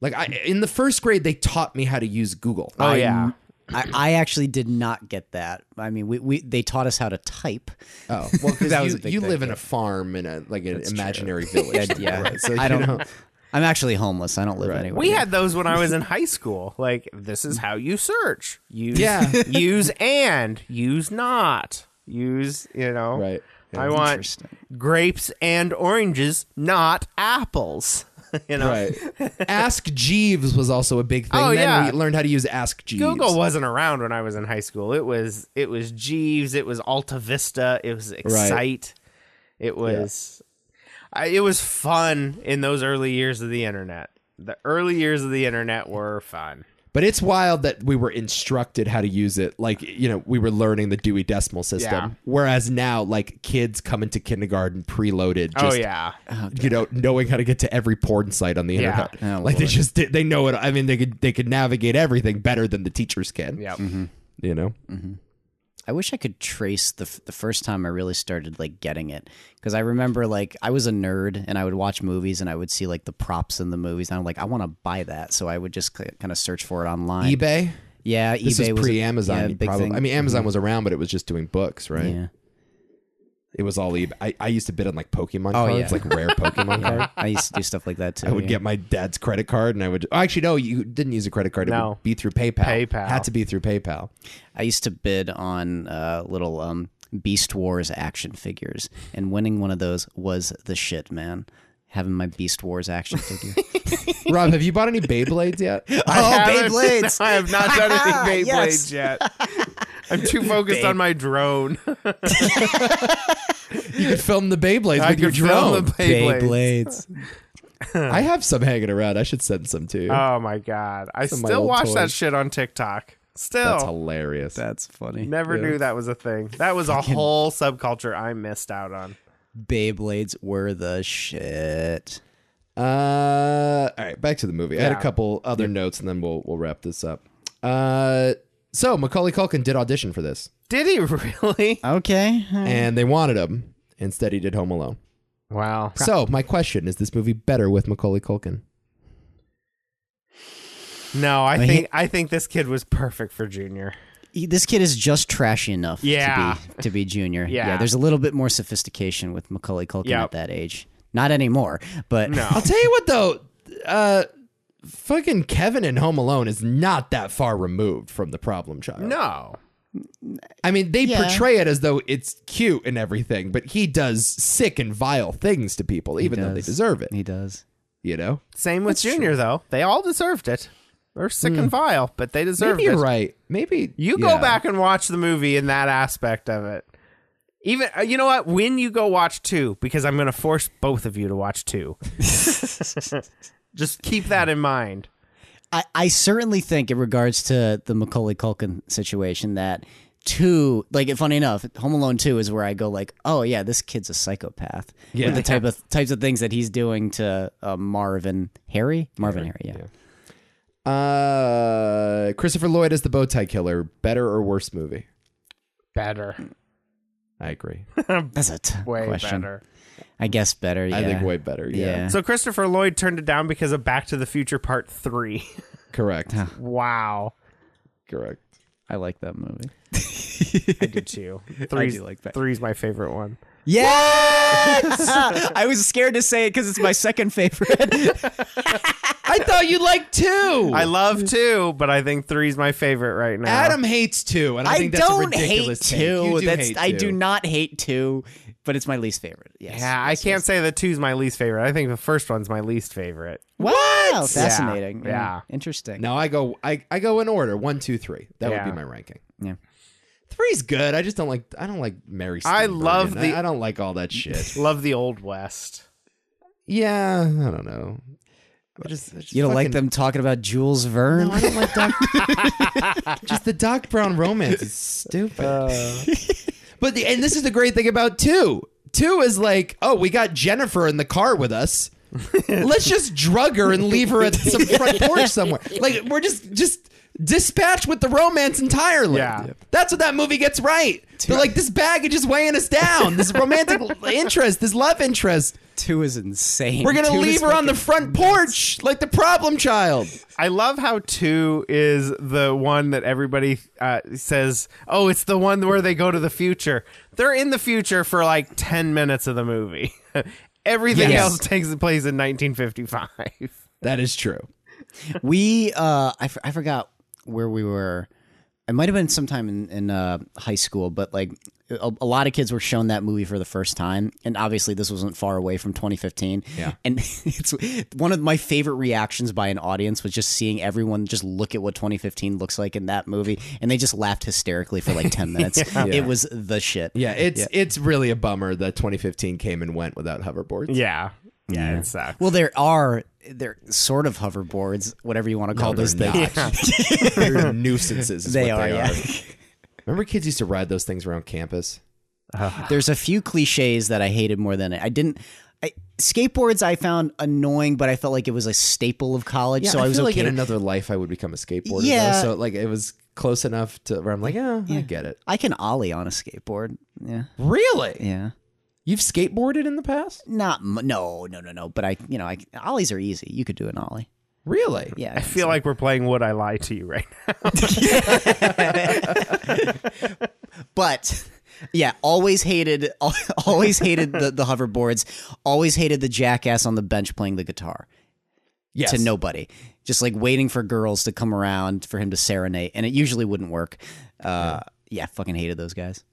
Like I in the first grade, they taught me how to use Google.
Oh yeah,
I, I actually did not get that. I mean, we, we they taught us how to type. [laughs]
Oh, well, because
That was
you,
a big
you
thing,
live in
yeah.
a farm in a like an imaginary village.
And [laughs] yeah,
right, so,
I
you
don't.
know.
[laughs] I'm actually homeless. I don't live
Right.
anywhere.
we
near-
had those when
[laughs]
I was in high school. Like this is how you search. Use
Yeah.
[laughs] use and use not. Use you know
Right.
I want
Interesting.
grapes and oranges, not apples. [laughs] you know,
Right. Ask Jeeves was also a big thing.
Oh,
then
yeah.
we learned how to use Ask Jeeves.
Google wasn't around when I was in high school. It was it was Jeeves. It was Alta Vista. It was Excite. It was I, it was fun in those early years of the internet. The early years of the internet were fun.
But it's wild that we were instructed how to use it. Like, you know, we were learning the Dewey Decimal System.
Yeah.
Whereas now, like, kids come into kindergarten preloaded. Just, [laughs]
oh yeah,
You know, knowing how to get to every porn site on the
Yeah.
internet.
Oh,
like, they
Lord.
just, did- they know it. I mean, they could, they could navigate everything better than the teachers can.
yeah.
You know?
I wish I could trace the f- the first time I really started like getting it because I remember like I was a nerd and I would watch movies and I would see like the props in the movies and I'm like I want to buy that so I would just kind of search for it online.
eBay?
yeah,
This
eBay
is
was a-
pre Amazon.
yeah, big
probably.
thing. Mm-hmm.
I mean, Amazon was around, but it was just doing books, right?
yeah.
It was all eBay. I, I used to bid on like Pokemon
Oh,
cards,
yeah.
like rare Pokemon cards.
I used to do stuff
[laughs]
like that too.
I would
yeah.
get my dad's credit card, and I would. Oh, actually, no, you didn't use a credit card. It
No.
would be through PayPal.
PayPal.
had to be through PayPal.
I used to bid on uh, little um, Beast Wars action figures and winning one of those was the shit, man. Having my Beast Wars action
[laughs]
figure.
Rob, have you bought any Beyblades yet?
oh,
haven't-
Beyblades!
[laughs] I have not done anything Beyblades
Yes.
yet. I'm too focused on my drone. [laughs]
You could film the Beyblades
I
with your
could film
drone.
the Beyblades.
I have some hanging around. I should send some to you.
Oh my god! I
Some of my
still
old
watch that
toys.
shit on TikTok.
That's
Still,
hilarious.
That's funny.
never knew that was a thing. That was a whole subculture I missed out on.
Beyblades were the shit.
Uh, all right, back to the movie. I had a
Yeah.
couple other notes, and then we'll we'll wrap this up. Uh, so Macaulay Culkin did audition for this.
Did he [laughs] really?
Okay.
and they wanted him. Instead, he did Home Alone.
Wow.
So, my question is: This movie better with Macaulay Culkin?
No, I
Well, he-
think I think this kid was perfect for Junior.
He- This kid is just trashy enough
Yeah.
to, be, to be junior.
[laughs] Yeah.
There's a little bit more sophistication with Macaulay Culkin
Yep.
at that age. Not anymore, but
I'll tell you what, though, uh, fucking Kevin in Home Alone is not that far removed from the problem child.
No.
I mean, they
Yeah.
portray it as though it's cute and everything, but he does sick and vile things to people, even though they
does.
deserve it.
[laughs] he does.
You know,
Same with Junior though. They all deserved it. They're sick and vile, but they deserved
maybe you're
it.
right. Maybe
You go
yeah.
back and watch the movie in that aspect of it. Even uh, you know what? When you go watch two, because I'm going to force both of you to watch two. Just keep that in mind.
I, I certainly think in regards to the Macaulay Culkin situation that two like funny enough Home Alone 2 is where I go like oh yeah this kid's a psychopath
Yeah.
with the type
[laughs]
of types of things that he's doing to uh, Marvin Harry Marvin Harry, yeah.
Uh, Christopher Lloyd as the bow tie killer. Better or worse movie?
Better,
I agree.
that's a t-
way
question
better.
I guess better yeah
I think way better. Yeah,
[laughs]
yeah
So Christopher Lloyd turned it down because of Back to the Future Part Three. [laughs]
correct.
wow,
correct.
I like that movie
I did [laughs] too. Three's
like that.
Three's my favorite one.
yes [laughs] I was scared to say it because it's my second favorite
I thought you liked two.
I love two, but I think three's my favorite right now.
Adam hates two, and [laughs] I, think that's a
don't hate
ridiculous take.
two
You do
that's
hate
I do
two.
not hate two but it's my least favorite yes
Yeah, I can't say that two's my least favorite. I think the first one's my least favorite.
Wow, fascinating.
Yeah.
Yeah.
Yeah.
Interesting.
No, I go I, I go in order. One, two, three. That
Yeah.
would be my ranking.
Yeah.
Three's good. I just don't like I don't like Mary
I
Steenburgen.
love
I-
the-
I, don't like all that
[laughs]
shit.
Love the Old West.
yeah, I don't know. I just, I just
You don't like
fucking-
them talking about Jules Verne?
No, I don't like Doc Just the Doc Brown romance
[laughs]
is stupid.
Uh.
[laughs] but the, and this is the great thing about two. Two is like, oh, we got Jennifer in the car with
[laughs]
us. Let's just drug her and leave her at some front porch somewhere. Like we're just just dispatched with the romance entirely.
Yeah.
That's what that movie gets right. They're like, this baggage is weighing us down. This
[laughs]
romantic interest, this love interest.
[laughs] Two is insane.
We're gonna
Two is
leave her on the
fucking-
front porch like the problem child.
I love how two is the one that everybody uh, says, oh, it's the one where they go to the future. They're in the future for like 10 minutes of the movie. [laughs] Everything
Yes.
else takes place in 1955.
That is true.
We, uh, I, f- I forgot where we were. It might have been sometime in, in uh, high school, but like a, a lot of kids were shown that movie for the first time. And obviously, this wasn't far away from 2015. Yeah. And [laughs] it's one of my favorite reactions by an audience was just seeing everyone just look at what 2015 looks like in that movie. And they just laughed hysterically for like 10 minutes. It was the shit.
Yeah, it's it's really a bummer that 2015 came and went without hoverboards.
yeah. Yeah, it sucks.
Well, there are they're sort of hoverboards, whatever you want to call those
they're
things.
not. [laughs] They're nuisances. Is
They
what
are,
they
yeah.
Remember, kids used to ride those things around campus.
[laughs] There's a few cliches that I hated more than I didn't. I, skateboards I found annoying, but I felt like it was a staple of college, so I, was
feel like
okay.
in another life I would become a skateboarder.
Yeah.
though, so like it was close enough to where I'm like, yeah, I get it.
I can ollie on a skateboard. Yeah,
Really?
yeah.
You've skateboarded in the past?
Not m- no, no, no, no. But I, you know, I ollies are easy. You could do an ollie.
Really?
Yeah,
I feel like we're playing Would I Lie to You right [laughs] now.
but [laughs] yeah, always hated, [laughs] always hated the, the hoverboards. Always hated the jackass on the bench playing the guitar.
Yes.
to nobody. Just like waiting for girls to come around for him to serenade, and it usually wouldn't work. Uh, yeah. fucking hated those guys.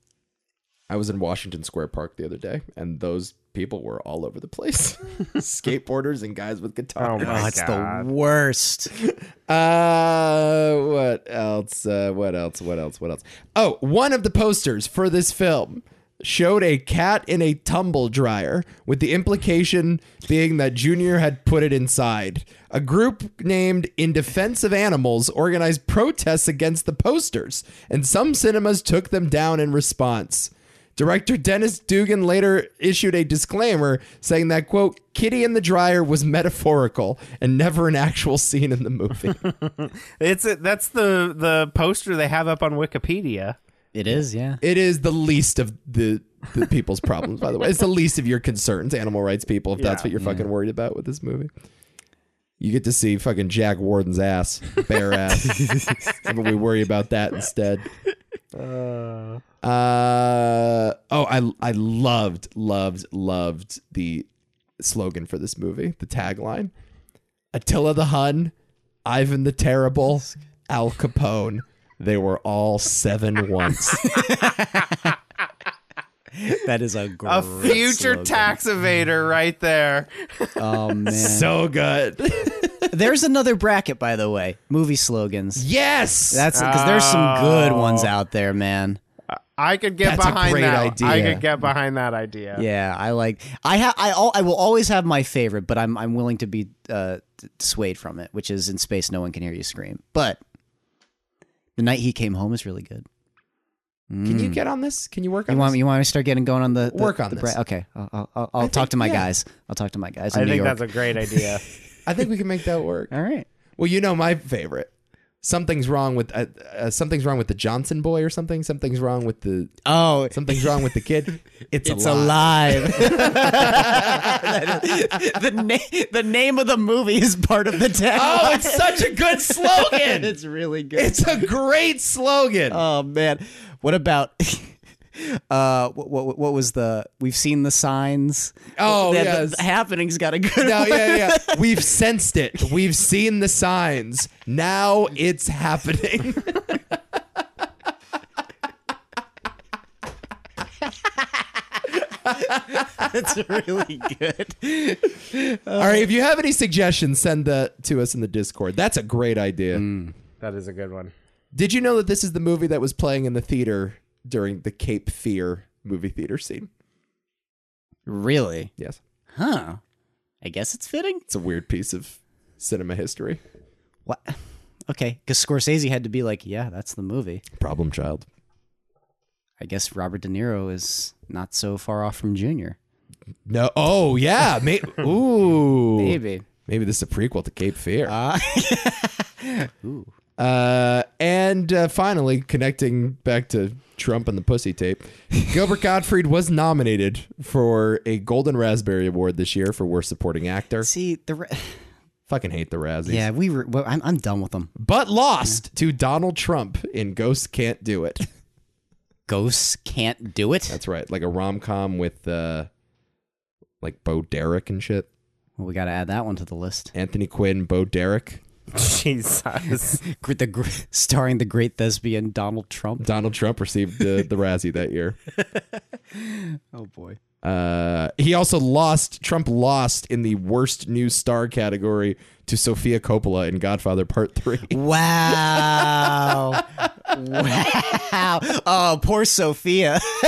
I was in Washington Square Park the other day, and those people were all over the place. [laughs] Skateboarders and guys with guitars.
Oh, it's the worst.
Uh, what else? Uh, what else? What else? What else? Oh, one of the posters for this film showed a cat in a tumble dryer, with the implication being that Junior had put it inside. A group named In Defense of Animals organized protests against the posters, and some cinemas took them down in response. Director Dennis Dugan later issued a disclaimer saying that, quote, Kitty in the dryer was metaphorical and never an actual scene in the movie.
It's a, that's the the poster they have up on Wikipedia.
It is, yeah.
It is the least of the, the people's problems, by the way. It's the least of your concerns, animal rights people, if that's
Yeah.
what you're fucking worried about with this movie. You get to see fucking Jack Warden's ass, bare ass. but we worry about that instead. Uh, oh, I I loved, loved, loved the slogan for this movie, the tagline. Attila the Hun, Ivan the Terrible, Al Capone. They were all seven once.
That is a great
A future
slogan.
tax evader right there.
Oh [laughs] man.
so good.
[laughs] There's another bracket, by the way. Movie slogans.
Yes.
That's because there's some good ones out there, man.
I could get
That's a
behind
great
that. I
idea.
could get behind that idea.
Yeah, I like. I ha- I al- I will always have my favorite, but I'm I'm willing to be uh, d- swayed from it, which is in space, no one can hear you scream. But the night he came home is really good.
Can you get on this? Can you work on
Mm. You want
this?
you want me to start getting going on the, the-
Work on
the
this.
okay, I'll, I'll- I'll, I'll talk to my guys. I'll talk to my guys.
I
In
think
New York.
that's a great idea.
I think we can make that work.
all right.
Well, you know my favorite. Something's wrong with uh, uh, something's wrong with the Johnson boy or something. Something's wrong with the
Oh,
something's wrong with the
[laughs]
kid. It's,
It's
alive.
alive.
[laughs]
[laughs] the, na- the name of the movie is part of the tag. [laughs]
Oh, it's such a good slogan. it's,
it's really good.
a great slogan.
oh man, what about? [laughs] Uh, what, what what was the? We've seen the signs.
Oh,
the,
yes.
the happening's got a good.
no,
one.
yeah,
[laughs]
yeah. We've sensed it. We've seen the signs. Now it's
[laughs]
happening.
That's really good.
All right. If you have any suggestions, send that to us in the Discord. That's a great idea.
Mm.
that is a good one.
Did you know that this is the movie that was playing in the theater during the Cape Fear movie theater scene?
Really?
Yes.
Huh? I guess it's fitting.
It's a weird piece of cinema history.
What? [sighs] Okay, because Scorsese had to be like, yeah, that's the movie.
Problem child.
I guess Robert De Niro is not so far off from Junior.
No. Oh, yeah. [laughs] May- Ooh.
Maybe.
Maybe this is a prequel to Cape Fear.
Uh,
[laughs] Uh, and uh, finally, connecting back to Trump and the pussy [laughs] tape, Gilbert Gottfried was nominated for a Golden Raspberry Award this year for Worst Supporting Actor.
see the. Re-
Fucking hate the Razzies.
[sighs] Yeah, we were. Well, I'm, I'm done with them.
But lost to Donald Trump in Ghosts Can't Do It. [laughs]
Ghosts can't do it.
That's right. Like a rom com with uh, like Bo Derek and shit.
well, we got to add that one to the list. [laughs]
Anthony Quinn, Bo Derek,
Jesus.
Gr- The gr- [laughs] starring the great thespian Donald Trump.
Donald Trump received the, the Razzie that year.
Oh boy.
Uh, he also lost. Trump lost in the worst new star category to Sofia Coppola in Godfather Part Three.
Wow. wow. Oh, poor Sophia. [laughs]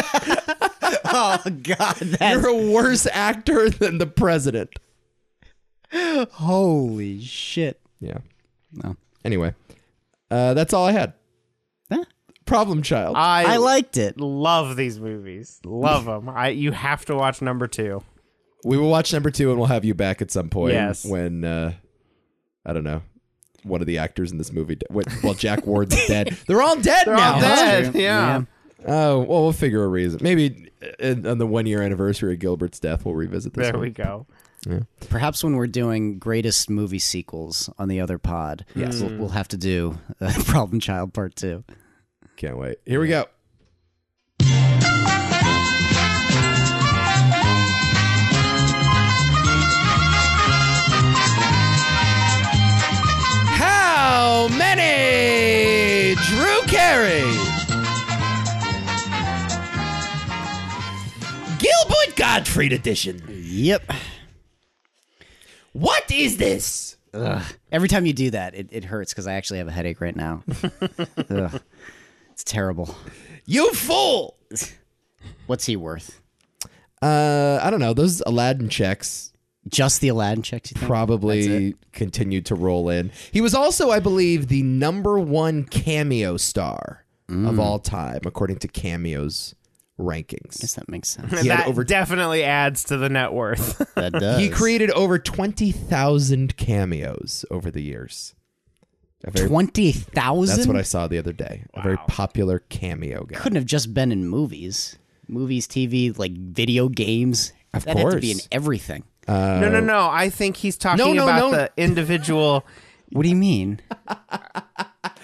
oh God, that's
[laughs] You're a worse actor than the president.
holy shit.
Yeah.
No.
Anyway, uh, that's all I had.
Huh?
Problem child.
I,
I liked it.
love these movies. Love them. I you have to watch number two.
we will watch number two, and we'll have you back at some point.
Yes.
When uh, I don't know. One of the actors in this movie, d- wait, well, Jack Ward's [laughs] dead. They're all dead
They're
now.
all dead. Yeah.
Oh, well, we'll figure a reason. Maybe uh, on the one year anniversary of Gilbert's death, we'll revisit this.
There
one.
we go.
Perhaps when we're doing greatest movie sequels on the other pod, yes, we'll, we'll have to do uh, [laughs] Problem Child Part Two.
Can't wait. Here we go. How many Drew Carey? Gilbert Gottfried edition.
Yep.
What is this?
Every time you do that, it, it hurts because I actually have a headache right now. Ugh. It's terrible.
You fool!
What's he worth?
Uh, I don't know. Those Aladdin checks
Just the Aladdin checks,
Mm-hmm.
you think?
probably continued to roll in. He was also, I believe, the number one cameo star
Mm.
of all time, according to Cameo's
Guess
rankings.
that
[laughs]
makes sense.
He, had
that
over-
definitely adds to the net worth. [laughs]
that does.
he created over 20,000 cameos over the years. A very-
Twenty thousand.
That's what I saw the other day. A very popular cameo guy.
couldn't have just been in movies, movies, TV, like video games.
Of
that had to be in
course.
everything.
No, no, no. I think he's talking
No, no,
about
no.
the individual.
What do you mean?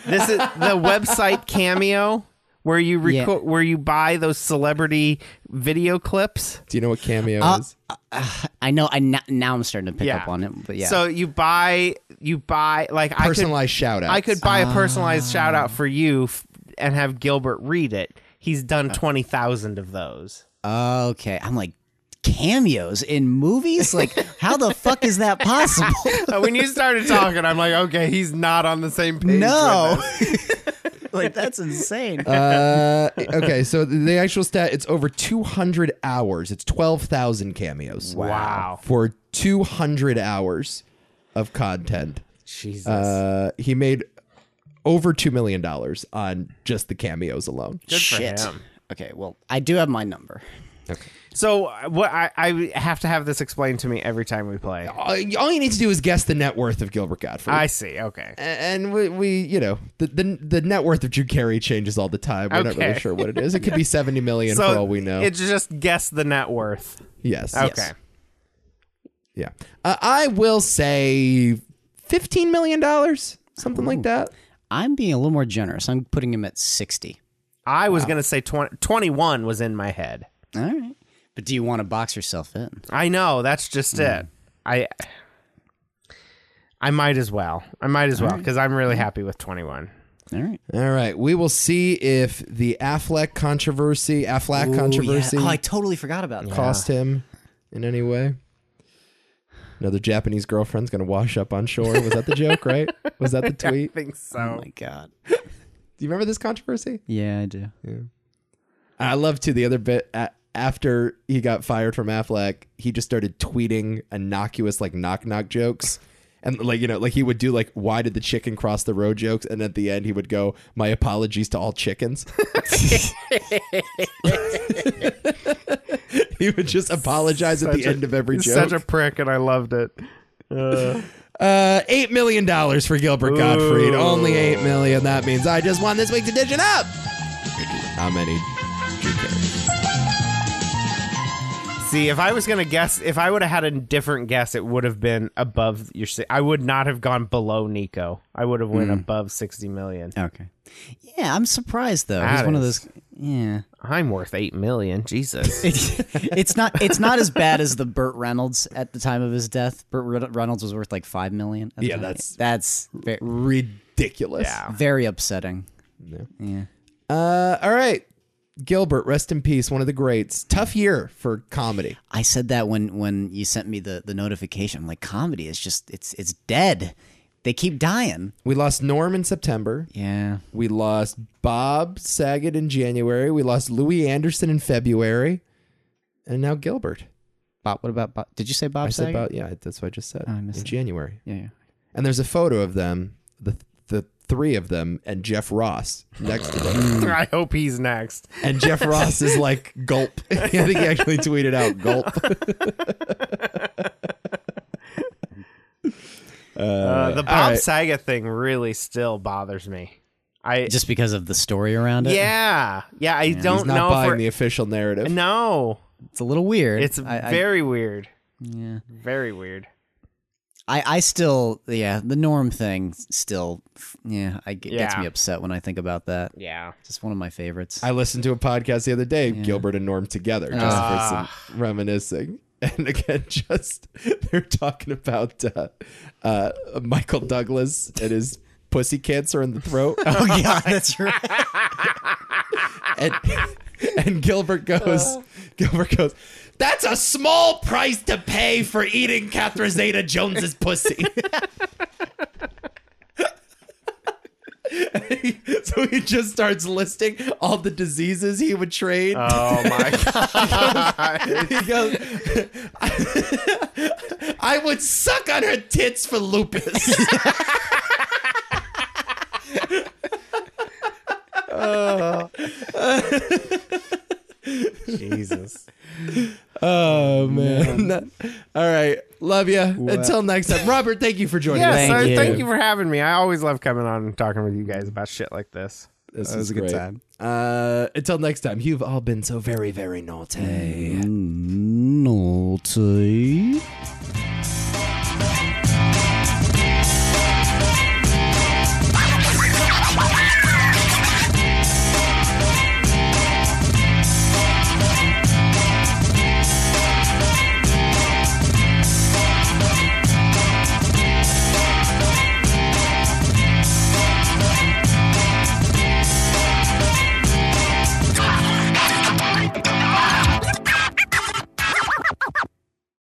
This is [laughs] the website Cameo where you
Yeah.
record where you buy those celebrity video clips.
Do you know what cameo
Uh,
is?
I know. I n- now I'm starting to pick
Yeah.
up on it, but yeah.
So you buy you buy like I could
Personalized shout out.
I could buy a personalized shout out for you f- and have Gilbert read it. He's done 20,000 of those.
okay, I'm like cameos in movies. Like, how the fuck is
[laughs]
that possible?
when you [laughs] started talking, I'm like, okay, he's not on the same page.
no. [laughs] like that's insane.
Uh, okay, so the- the actual stat it's over 200 hours. It's 12,000 cameos.
Wow.
For 200 hours of content.
Jesus.
Uh, he made over 2 million dollars on just the cameos alone.
Shit. Okay, well, I do have my number.
So uh, what I, I have to have this explained to me every time we play.
All all you need to do is guess the net worth of Gilbert Godfrey.
I see. Okay.
A- and we, we you know, the, the the net worth of Drew Carey changes all the time. We're not
Okay.
really sure what it is. It
[laughs]
could be 70 million
so
for all we know.
it's just guess the net worth.
yes.
Okay.
Yeah. Uh, I will say $15 million, something like that.
I'm being a little more generous. I'm putting him at 60.
I was going to say 20, 21 was in my head.
All right. But do you want to box yourself in?
I know. That's just
Hmm.
it. I I might as well. I might as well because I'm really happy with 21.
All right.
All right. We will see if the Affleck controversy, Affleck controversy,
Oh, I totally forgot about that.
cost him in any way. Another Japanese girlfriend's going to wash up on shore. Was that the joke, right? Was that the [laughs] tweet?
I think
Oh
so.
my god.
Do you remember this controversy?
Yeah, I do.
I love too the other bit a after he got fired from Affleck, he just started tweeting innocuous like knock knock jokes. And like you know, like he would do like why did the chicken cross the road jokes, and at the end he would go, "My apologies to all chickens." [laughs] he would just apologize at the
Such a-
end of every
he's
joke.
Such a prick, and I loved it. Uh,
uh, eight million dollars for Gilbert Gottfried. Only eight million. That means I just won this week's edition up. How many? Drew Carey?
see, if I was gonna guess, if I would have had a different guess, it would have been above your. si- I would not have gone below Nico. I would have went
Hmm.
above 60 million.
Okay. Yeah, I'm surprised though. He's
That
one of
is-
those Yeah.
I'm worth 8 million. Jesus.
it's not it's not as bad as the Burt Reynolds at the time of his death. Burt Re- Reynolds was worth like 5 million. at the
Yeah,
time.
that's-
that's very,
Ridiculous.
Yeah.
very upsetting.
Uh, all right. Gilbert, rest in peace, one of the greats. Tough year for comedy.
I said that when when you sent me the the notification. I'm like comedy is just it's it's dead. They keep dying.
We lost Norm in September.
Yeah.
We lost Bob Saget in January. We lost Louis Anderson in February. And now Gilbert.
Bob, what about Bob? Did you say Bob
I said
Saget?
about yeah, that's what I just said.
I
in
missed it.
January.
Yeah, yeah.
And there's a photo of them, the the three of them and Jeff Ross next to them.
[laughs] [laughs] I hope he's next.
and Jeff Ross is like gulp. [laughs] I think he actually tweeted out gulp.
Uh, the Bob
right.
Saget thing really still bothers me. I
Just because of the story around it.
yeah yeah. I
He's
don't
not
know. if
buying
we're-
the official narrative.
[laughs] no,
It's a little weird.
it's
I- I-
very weird.
yeah.
Very weird.
I, I still yeah, the norm thing still yeah, I it gets
Yeah.
me upset when I think about that.
Yeah.
Just one of my favorites.
I listened to a podcast the other day, Gilbert and Norm together, just for some reminiscing. [laughs] And again, just they're talking about uh, uh, Michael Douglas and his pussy cancer in the throat.
oh god, that's right.
and, and Gilbert goes, Gilbert goes, that's a small price to pay for eating Catherine Zeta Jones's pussy. [laughs] so he just starts listing all the diseases he would trade.
Oh [laughs] my god.
he goes, [laughs] I would suck on her tits for
[laughs]
lupus.
Jesus.
[laughs] Oh man! All right, Love you. Until next time, Robert. Thank you for joining
Yeah,
us.
so thank you for having me. I always love coming on and talking with you guys about shit like this.
This
That
is
was a good
great.
time.
Uh, until next time, you've all been so very, very naughty.
Mm, Naughty.